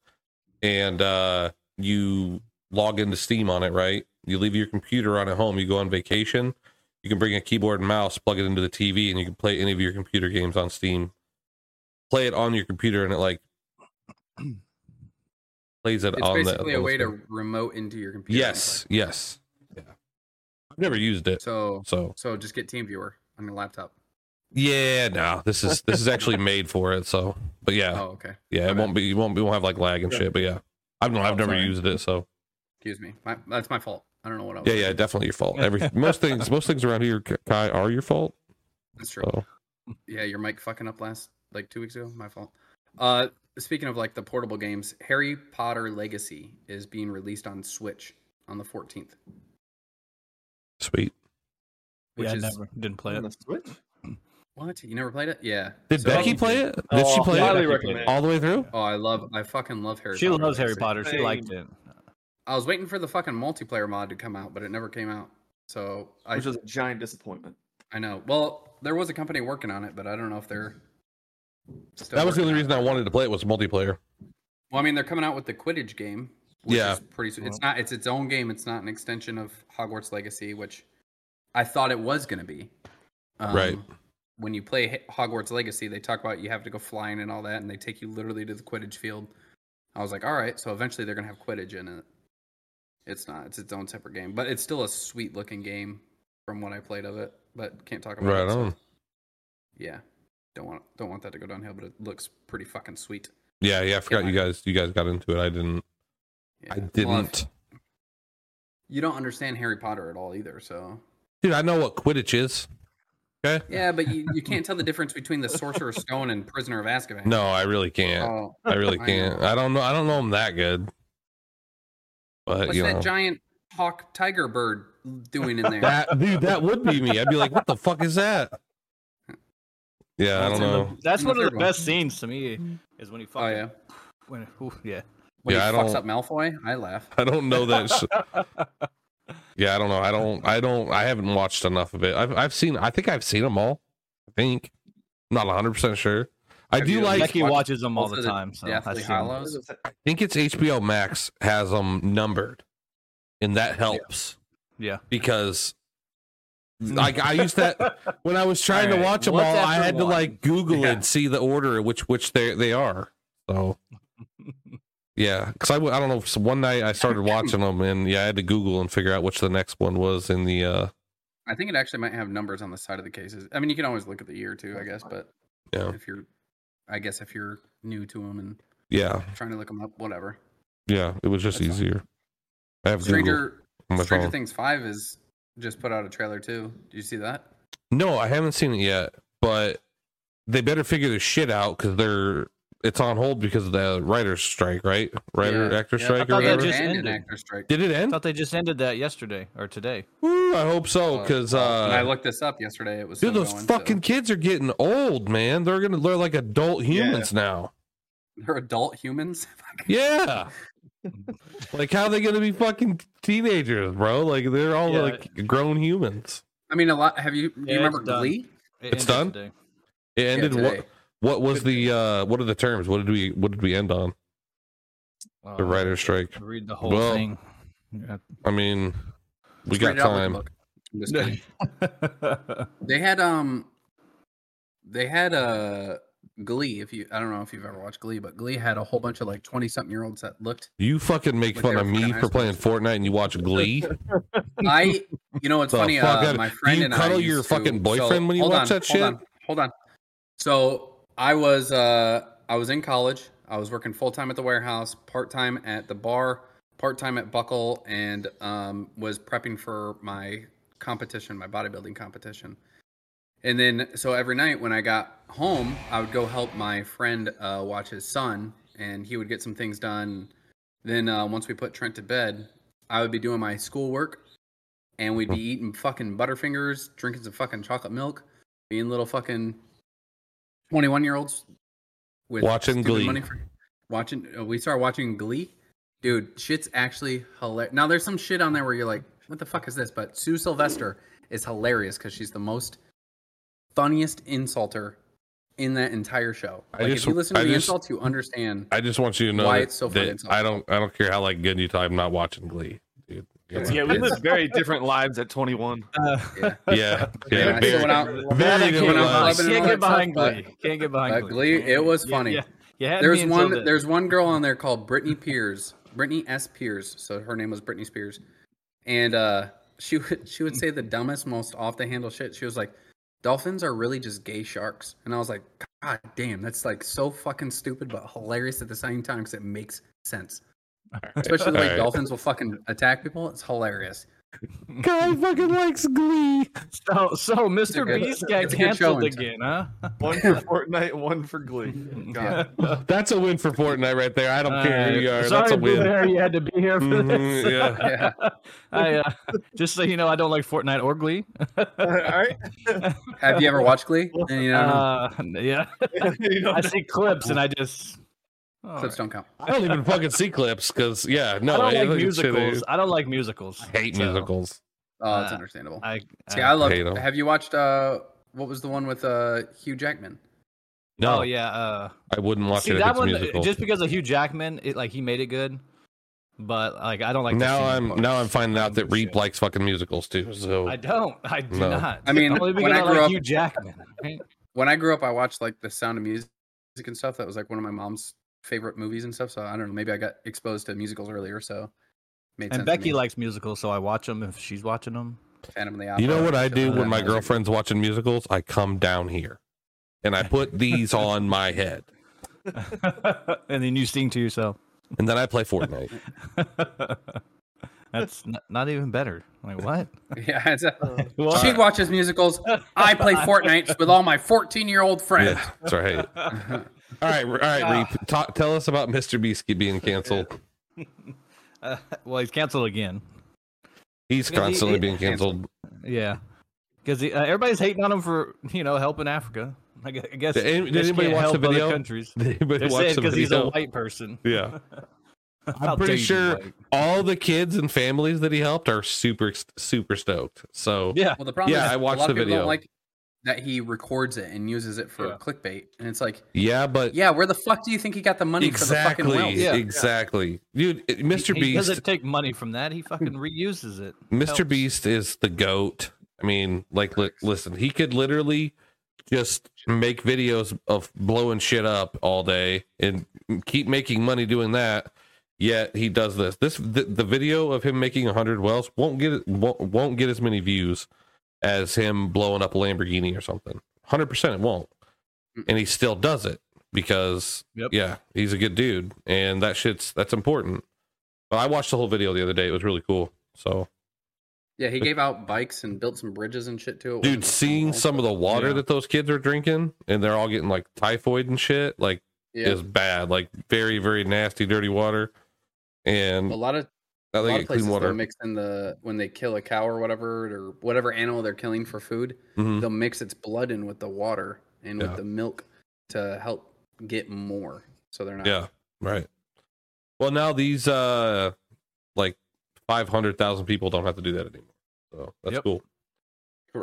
[SPEAKER 2] and uh, you log into Steam on it. Right? You leave your computer on at home. You go on vacation. You can bring a keyboard and mouse, plug it into the TV, and you can play any of your computer games on Steam. Play it on your computer, and it like *clears throat* plays it
[SPEAKER 1] it's
[SPEAKER 2] on the.
[SPEAKER 1] basically a
[SPEAKER 2] on the
[SPEAKER 1] way
[SPEAKER 2] screen.
[SPEAKER 1] to remote into your computer. and
[SPEAKER 2] Yes, yes. Yeah. I've never used
[SPEAKER 1] play.
[SPEAKER 2] it.
[SPEAKER 1] So
[SPEAKER 2] So
[SPEAKER 1] so just get TeamViewer on your laptop.
[SPEAKER 2] yeah, no. This is this is actually made for it. So but yeah,
[SPEAKER 1] Oh okay.
[SPEAKER 2] yeah,
[SPEAKER 1] my
[SPEAKER 2] it
[SPEAKER 1] bad.
[SPEAKER 2] won't be you won't be won't have like lag and shit, but yeah. I've no, I've
[SPEAKER 1] Oh,
[SPEAKER 2] never
[SPEAKER 1] sorry.
[SPEAKER 2] used it, so
[SPEAKER 1] Excuse me. My, that's my fault. I don't know what I was.
[SPEAKER 2] yeah, yeah, definitely your fault. Every most things most things around here, Kai, are your fault.
[SPEAKER 1] That's true.
[SPEAKER 2] So
[SPEAKER 1] yeah, your mic fucking up last like two weeks ago. My fault. Uh, speaking of like the portable games, Harry Potter Legacy is being released on Switch on the 14th,
[SPEAKER 2] sweet.
[SPEAKER 1] which
[SPEAKER 3] yeah, I
[SPEAKER 1] is
[SPEAKER 3] never didn't play
[SPEAKER 4] on
[SPEAKER 3] it.
[SPEAKER 4] the Switch.
[SPEAKER 1] what you never played it? Yeah.
[SPEAKER 2] Did
[SPEAKER 1] So-
[SPEAKER 2] Becky play it? Did she
[SPEAKER 3] Oh,
[SPEAKER 2] play
[SPEAKER 4] highly
[SPEAKER 2] it
[SPEAKER 3] Becky played
[SPEAKER 4] recommend.
[SPEAKER 2] all the way through?
[SPEAKER 1] Oh, I love, I fucking love Harry.
[SPEAKER 3] She
[SPEAKER 1] Potter
[SPEAKER 3] loves Harry
[SPEAKER 1] Legacy.
[SPEAKER 3] Potter. She
[SPEAKER 4] Same.
[SPEAKER 3] liked it.
[SPEAKER 1] I was waiting for the fucking multiplayer mod to come out, but it never came out. So I,
[SPEAKER 4] which was a giant disappointment.
[SPEAKER 1] I know. Well, there was a company working on it, but I don't know if they're. Still
[SPEAKER 2] That was
[SPEAKER 1] working
[SPEAKER 2] the only
[SPEAKER 1] on it.
[SPEAKER 2] reason I wanted to play it was multiplayer.
[SPEAKER 1] Well, I mean, they're coming out with the Quidditch game. Which
[SPEAKER 2] Yeah.
[SPEAKER 1] is pretty. soon. It's not. It's its own game. It's not an extension of Hogwarts Legacy, which I thought it was going to be. Um,
[SPEAKER 2] Right.
[SPEAKER 1] When you play H- Hogwarts Legacy, they talk about you have to go flying and all that, and they take you literally to the Quidditch field. I was like, all right, so eventually they're going to have Quidditch in it. It's not. It's its own separate game, but it's still a sweet looking game from what I played of it. But can't talk about
[SPEAKER 2] Right
[SPEAKER 1] it. so-
[SPEAKER 2] on.
[SPEAKER 1] Yeah. Don't want don't want that to go downhill, but it looks pretty fucking sweet.
[SPEAKER 2] Yeah, yeah, I forgot
[SPEAKER 1] Yeah.
[SPEAKER 2] you guys you guys got into it. I didn't I
[SPEAKER 1] Yeah. Well, if-
[SPEAKER 2] didn't
[SPEAKER 1] you don't understand Harry Potter at all either.
[SPEAKER 3] *laughs*
[SPEAKER 1] So
[SPEAKER 2] Dude, I know what Quidditch is. Okay.
[SPEAKER 1] yeah, but you, you can't tell the difference between the Sorcerer's Stone and Prisoner of Azkaban.
[SPEAKER 2] No, I really can't.
[SPEAKER 1] Oh,
[SPEAKER 2] I really
[SPEAKER 1] I
[SPEAKER 2] can't. I, don't know. I don't know him that good. But
[SPEAKER 1] what's
[SPEAKER 2] you
[SPEAKER 1] that
[SPEAKER 2] know,
[SPEAKER 1] giant hawk tiger bird doing
[SPEAKER 2] *laughs*
[SPEAKER 1] in there?
[SPEAKER 2] that dude, that would be me. I'd be like, what the fuck is that? Yeah, I
[SPEAKER 1] That's
[SPEAKER 2] don't
[SPEAKER 1] in the-
[SPEAKER 2] know. *laughs*
[SPEAKER 3] That's
[SPEAKER 1] And the
[SPEAKER 3] one of
[SPEAKER 1] third
[SPEAKER 3] the
[SPEAKER 1] one.
[SPEAKER 3] best scenes to me is when he
[SPEAKER 1] oh
[SPEAKER 3] fucking
[SPEAKER 1] yeah,
[SPEAKER 3] when, ooh, yeah.
[SPEAKER 1] when
[SPEAKER 2] Yeah,
[SPEAKER 1] he
[SPEAKER 2] I
[SPEAKER 1] fucks
[SPEAKER 2] don't-
[SPEAKER 1] up Malfoy, I laugh.
[SPEAKER 2] I don't know that. Sh-
[SPEAKER 1] *laughs*
[SPEAKER 2] yeah, I don't know. I don't. I don't. I haven't watched enough of it. I've. I've seen. I think I've seen them all. I think. I'm not 100 percent sure. I
[SPEAKER 1] Have
[SPEAKER 2] do
[SPEAKER 1] you-
[SPEAKER 2] like.
[SPEAKER 1] Becky-
[SPEAKER 3] Becky watches them all
[SPEAKER 1] Also
[SPEAKER 3] the
[SPEAKER 1] the
[SPEAKER 3] time. So
[SPEAKER 1] Deathly
[SPEAKER 3] I've seen them.
[SPEAKER 1] Hallows.
[SPEAKER 2] I think it's HBO Max has them numbered, and that helps
[SPEAKER 3] Yeah.
[SPEAKER 2] because.
[SPEAKER 1] Mm.
[SPEAKER 2] Like I used that
[SPEAKER 1] *laughs*
[SPEAKER 2] when I was trying to
[SPEAKER 1] Alright,
[SPEAKER 2] watch them all,
[SPEAKER 3] what's
[SPEAKER 2] I
[SPEAKER 3] after
[SPEAKER 2] had to
[SPEAKER 3] one?
[SPEAKER 2] like Google
[SPEAKER 1] Yeah.
[SPEAKER 2] and see the order in which which they they are.
[SPEAKER 1] *laughs*
[SPEAKER 2] So yeah, because I, w- I don't know. So one night I started watching them, and yeah, I had to Google and figure out which the next one was in the. uh
[SPEAKER 1] I think it actually might have numbers on the side of the cases. I mean, you can always look at the year too, I guess. But
[SPEAKER 2] Yeah.
[SPEAKER 1] if you're, I guess if you're new to them and
[SPEAKER 2] Yeah,
[SPEAKER 1] trying to look them up, whatever.
[SPEAKER 2] yeah, it was just
[SPEAKER 1] That's fine.
[SPEAKER 2] easier. I have Google
[SPEAKER 1] Stranger
[SPEAKER 2] on my
[SPEAKER 1] Stranger
[SPEAKER 2] phone.
[SPEAKER 1] Things Five is just put out a trailer too. Did you see that?
[SPEAKER 2] No, I haven't seen it yet, but they better figure this shit out because they're it's on hold because of the writer's strike, right? Writer
[SPEAKER 1] Yeah.
[SPEAKER 2] actor
[SPEAKER 1] Yeah, I
[SPEAKER 2] strike or
[SPEAKER 3] thought that
[SPEAKER 1] And
[SPEAKER 2] whatever.
[SPEAKER 3] just
[SPEAKER 1] an
[SPEAKER 3] ended.
[SPEAKER 1] actor strike.
[SPEAKER 2] Did it
[SPEAKER 3] I
[SPEAKER 2] end?
[SPEAKER 3] thought they just ended that yesterday or today.
[SPEAKER 2] Ooh, I hope so because
[SPEAKER 1] when I
[SPEAKER 2] uh,
[SPEAKER 1] looked this up yesterday, it was
[SPEAKER 2] dude,
[SPEAKER 1] still
[SPEAKER 2] those
[SPEAKER 1] going, so-
[SPEAKER 2] fucking kids are getting old, man. They're gonna they're like adult humans now.
[SPEAKER 1] *laughs* They're adult humans. *laughs*
[SPEAKER 2] Yeah. like how are they gonna be fucking teenagers, bro? Like they're all
[SPEAKER 3] Yeah.
[SPEAKER 2] like grown humans.
[SPEAKER 1] I mean, a lot. Have you? Do
[SPEAKER 3] Yeah,
[SPEAKER 1] you
[SPEAKER 3] it's
[SPEAKER 1] remember
[SPEAKER 3] done.
[SPEAKER 1] Glee?
[SPEAKER 3] It
[SPEAKER 2] It's done?
[SPEAKER 3] ended today.
[SPEAKER 2] It
[SPEAKER 1] Yeah,
[SPEAKER 2] ended
[SPEAKER 1] today.
[SPEAKER 2] what what was
[SPEAKER 1] Good
[SPEAKER 2] the uh what are the terms? What did we what did we end on?
[SPEAKER 3] Well,
[SPEAKER 1] Uh,
[SPEAKER 2] The writer's strike.
[SPEAKER 3] Um, Read the whole
[SPEAKER 2] Well,
[SPEAKER 3] thing.
[SPEAKER 1] *laughs*
[SPEAKER 2] I mean we
[SPEAKER 1] Just
[SPEAKER 2] got
[SPEAKER 1] read it out with a
[SPEAKER 2] time.
[SPEAKER 1] book. I'm just
[SPEAKER 2] *laughs*
[SPEAKER 1] kidding.
[SPEAKER 3] Uh,
[SPEAKER 1] They had um they had uh Glee if you I don't know if you've ever watched Glee, but Glee had a whole bunch of like 20 something year olds that looked
[SPEAKER 2] You fucking make
[SPEAKER 1] Like
[SPEAKER 2] fun
[SPEAKER 1] they
[SPEAKER 2] of
[SPEAKER 1] were fucking
[SPEAKER 2] me
[SPEAKER 1] high
[SPEAKER 2] for playing Fortnite and you watch Glee.
[SPEAKER 1] *laughs* I you know it's
[SPEAKER 2] The
[SPEAKER 1] funny
[SPEAKER 2] fuck
[SPEAKER 1] uh,
[SPEAKER 2] out-
[SPEAKER 1] my friend
[SPEAKER 2] you
[SPEAKER 1] and I
[SPEAKER 2] cuddle
[SPEAKER 1] used
[SPEAKER 2] your
[SPEAKER 1] to-
[SPEAKER 2] fucking boyfriend when you
[SPEAKER 1] hold
[SPEAKER 2] watch
[SPEAKER 1] on, hold
[SPEAKER 2] that shit?
[SPEAKER 1] on, hold on. So I was uh I was in college. I was working full time at the warehouse, part time at the bar, part time at Buckle, and um was prepping for my competition, my bodybuilding competition. And then so every night when I got home, I would go help my friend uh, watch his son, and he would get some things done. Then uh, once we put Trent to bed, I would be doing my schoolwork and
[SPEAKER 2] Mm.
[SPEAKER 1] we'd be eating fucking Butterfingers, drinking some fucking chocolate milk, being little fucking twenty-one year olds with
[SPEAKER 2] Watching
[SPEAKER 1] stupid
[SPEAKER 2] Glee.
[SPEAKER 1] for- watching, uh, we started watching Glee, dude. Shit's actually hilarious. Now there's some shit on there where you're like, what the fuck is this? But Sue Sylvester is hilarious because she's the most funniest insulter in that entire show.
[SPEAKER 2] I
[SPEAKER 1] Like
[SPEAKER 2] just-
[SPEAKER 1] if you listen to
[SPEAKER 2] I
[SPEAKER 1] the
[SPEAKER 2] just-
[SPEAKER 1] insults, you
[SPEAKER 2] *laughs*
[SPEAKER 1] understand.
[SPEAKER 2] I just want you to know
[SPEAKER 1] Why
[SPEAKER 2] that,
[SPEAKER 1] it's so
[SPEAKER 2] that
[SPEAKER 1] fucking
[SPEAKER 2] I don't I don't care how like good you talk, I'm not watching Glee, dude. You know?
[SPEAKER 1] It's-
[SPEAKER 4] Yeah, we live very different lives at 21.
[SPEAKER 1] Yeah.
[SPEAKER 2] yeah,
[SPEAKER 3] *laughs*
[SPEAKER 1] Yeah,
[SPEAKER 2] yeah,
[SPEAKER 1] I
[SPEAKER 2] very-
[SPEAKER 1] still went out-
[SPEAKER 2] very
[SPEAKER 3] That I
[SPEAKER 2] different
[SPEAKER 3] can't,
[SPEAKER 2] lives.
[SPEAKER 3] I
[SPEAKER 1] Clubbing and
[SPEAKER 3] can't
[SPEAKER 1] all that
[SPEAKER 3] get behind
[SPEAKER 1] stuff,
[SPEAKER 3] Glee. Can't get behind
[SPEAKER 1] but Glee, it was
[SPEAKER 3] Yeah,
[SPEAKER 1] funny.
[SPEAKER 3] Yeah, You had me
[SPEAKER 1] There's
[SPEAKER 3] until
[SPEAKER 1] one.
[SPEAKER 3] then.
[SPEAKER 1] There's one girl on there called Brittany Piers. Brittany S. Piers. So her name was Brittany Spears, and uh, she would she would say the dumbest, most off the handle shit. She was like, "Dolphins are really just gay sharks," and I was like, "God damn, that's like so fucking stupid, but hilarious at the same time because it makes sense." Especially the way
[SPEAKER 2] Alright.
[SPEAKER 1] dolphins will fucking attack people. It's hilarious.
[SPEAKER 2] Guy fucking likes Glee.
[SPEAKER 3] *laughs* so so Mr.
[SPEAKER 1] good-
[SPEAKER 3] Beast got
[SPEAKER 1] it's a good show
[SPEAKER 3] canceled
[SPEAKER 1] in
[SPEAKER 3] again, huh?
[SPEAKER 4] One for Fortnite, one
[SPEAKER 2] *laughs*
[SPEAKER 4] for Glee. God.
[SPEAKER 2] That's a win for Fortnite right there. I don't care who
[SPEAKER 3] Alright.
[SPEAKER 2] you are.
[SPEAKER 3] Uh, Sorry,
[SPEAKER 2] That's a
[SPEAKER 3] *laughs* Blue
[SPEAKER 2] win.
[SPEAKER 3] Hair, you had to be here for
[SPEAKER 2] Mhm,
[SPEAKER 3] this.
[SPEAKER 2] yeah.
[SPEAKER 1] *laughs* Yeah.
[SPEAKER 3] *laughs* I, uh, just so you know, I don't like Fortnite or Glee.
[SPEAKER 4] *laughs* All right.
[SPEAKER 1] Have you ever watched Glee? Then you don't know. *laughs*
[SPEAKER 3] Uh, *laughs* yeah,
[SPEAKER 2] *laughs*
[SPEAKER 4] You know,
[SPEAKER 3] I see clips and I just. all
[SPEAKER 1] Clips
[SPEAKER 3] right.
[SPEAKER 1] don't count.
[SPEAKER 2] I don't even fucking see clips because yeah, no,
[SPEAKER 3] I don't like
[SPEAKER 2] think it's shitty.
[SPEAKER 3] musicals. I don't like musicals.
[SPEAKER 2] I hate
[SPEAKER 3] so
[SPEAKER 2] musicals.
[SPEAKER 1] Oh, that's
[SPEAKER 3] Uh, oh,
[SPEAKER 1] understandable.
[SPEAKER 3] I, uh,
[SPEAKER 1] See, I love.
[SPEAKER 2] hate 'em.
[SPEAKER 1] Have you watched? uh What was the one with uh Hugh Jackman?
[SPEAKER 2] No,
[SPEAKER 3] Oh yeah. Uh,
[SPEAKER 2] I wouldn't watch
[SPEAKER 3] see
[SPEAKER 2] it. If
[SPEAKER 3] that
[SPEAKER 2] it's
[SPEAKER 3] one
[SPEAKER 2] musical.
[SPEAKER 3] just because of Hugh Jackman, it like he made it good, but like I don't like. the
[SPEAKER 2] now
[SPEAKER 3] singing
[SPEAKER 2] I'm
[SPEAKER 3] parts.
[SPEAKER 2] now I'm finding out that
[SPEAKER 3] Shit.
[SPEAKER 2] Reap likes fucking musicals too. So
[SPEAKER 3] I don't. I do
[SPEAKER 2] No.
[SPEAKER 3] not.
[SPEAKER 1] I mean,
[SPEAKER 3] only
[SPEAKER 1] when
[SPEAKER 3] because
[SPEAKER 1] I
[SPEAKER 3] I,
[SPEAKER 1] grew
[SPEAKER 3] like
[SPEAKER 1] up-
[SPEAKER 3] Hugh Jackman. right?
[SPEAKER 1] when I grew up, I watched like The Sound of Music and stuff. That was like one of my mom's favorite movies and stuff. So I don't know. Maybe I got exposed to musicals earlier, so made sense.
[SPEAKER 3] And
[SPEAKER 1] to
[SPEAKER 3] Becky
[SPEAKER 1] me.
[SPEAKER 3] likes musicals, so I watch them if she's watching them.
[SPEAKER 1] Phantom of the Opera.
[SPEAKER 2] you know what I
[SPEAKER 1] shit
[SPEAKER 2] do
[SPEAKER 1] like
[SPEAKER 2] when
[SPEAKER 1] that.
[SPEAKER 2] my girlfriend's watching musicals? I come down here, and I put
[SPEAKER 3] *laughs*
[SPEAKER 2] these on my head,
[SPEAKER 3] *laughs* and then you sing to yourself. *laughs*
[SPEAKER 2] and then I play Fortnite.
[SPEAKER 3] That's n- not even better. Like what?
[SPEAKER 1] *laughs* Yeah, it's a-
[SPEAKER 3] *laughs* What?
[SPEAKER 1] she watches musicals. I
[SPEAKER 3] *laughs*
[SPEAKER 1] play Fortnite with all my fourteen-year-old
[SPEAKER 2] *laughs*
[SPEAKER 1] friends.
[SPEAKER 2] yeah, that's right. All right, all right,
[SPEAKER 3] Ah.
[SPEAKER 2] Reap. Ta- tell us about Mr. Beastie being canceled.
[SPEAKER 3] Uh, well, he's canceled again.
[SPEAKER 2] He's
[SPEAKER 3] Yeah, he-
[SPEAKER 2] constantly
[SPEAKER 3] he-
[SPEAKER 2] being canceled.
[SPEAKER 3] Yeah, because uh, everybody's hating on him for you know helping Africa. I gu- I guess.
[SPEAKER 2] Did any- did
[SPEAKER 3] this
[SPEAKER 2] anybody
[SPEAKER 3] can't
[SPEAKER 2] watch the
[SPEAKER 3] help other
[SPEAKER 2] video?
[SPEAKER 3] Countries.
[SPEAKER 2] *laughs* Did anybody
[SPEAKER 3] They're
[SPEAKER 2] watch
[SPEAKER 3] saying
[SPEAKER 2] the
[SPEAKER 3] because he's a
[SPEAKER 2] video?
[SPEAKER 3] white person.
[SPEAKER 2] *laughs* Yeah.
[SPEAKER 3] How
[SPEAKER 2] I'm
[SPEAKER 3] dare
[SPEAKER 2] pretty
[SPEAKER 3] you be
[SPEAKER 2] sure
[SPEAKER 3] white.
[SPEAKER 2] all the kids and families that he helped are super super stoked. So
[SPEAKER 3] Yeah.
[SPEAKER 1] Well, the problem
[SPEAKER 2] Yeah,
[SPEAKER 1] is
[SPEAKER 2] I watched
[SPEAKER 1] a lot
[SPEAKER 2] the
[SPEAKER 1] of people
[SPEAKER 2] video.
[SPEAKER 1] don't like that he records it and uses it for
[SPEAKER 3] Yeah.
[SPEAKER 1] clickbait, and it's like,
[SPEAKER 2] yeah, but
[SPEAKER 1] yeah, where the fuck do you think he got the money for the fucking
[SPEAKER 2] exactly,
[SPEAKER 1] whales?
[SPEAKER 3] Yeah.
[SPEAKER 2] exactly, dude. it- Mr.
[SPEAKER 3] He- He
[SPEAKER 2] Beast,
[SPEAKER 3] doesn't take money from that. He fucking reuses it.
[SPEAKER 2] Mr.
[SPEAKER 3] helps.
[SPEAKER 2] Beast is the goat. I mean, like, li- listen, he could literally just make videos of blowing shit up all day and keep making money doing that. Yet he does this. This the, the video of him making hundred wells won't get won't, won't get as many views as him blowing up a Lamborghini or something. Hundred percent, it won't. And he still does it because
[SPEAKER 3] Yep.
[SPEAKER 2] yeah, he's a good dude, and that shit's that's important. But I watched the whole video the other day. It was really cool. So
[SPEAKER 1] Yeah, he gave out bikes and built some bridges and shit to it.
[SPEAKER 2] dude seeing some of the water
[SPEAKER 3] Yeah.
[SPEAKER 2] that those kids are drinking and they're all getting like typhoid and shit like
[SPEAKER 1] yeah,
[SPEAKER 2] is bad like very very nasty dirty water and
[SPEAKER 1] a lot of
[SPEAKER 2] Mm, i
[SPEAKER 1] a lot
[SPEAKER 2] think
[SPEAKER 1] of
[SPEAKER 2] it clean
[SPEAKER 1] places
[SPEAKER 2] water
[SPEAKER 1] they'll mix in the when they kill a cow or whatever or whatever animal they're killing for food,
[SPEAKER 2] Mhm.
[SPEAKER 1] they'll mix its blood in with the water and
[SPEAKER 2] Yeah.
[SPEAKER 1] with the milk to help get more. So they're not.
[SPEAKER 2] yeah right well now these uh like 500000 people don't have to do that anymore so that's
[SPEAKER 3] Yep.
[SPEAKER 2] cool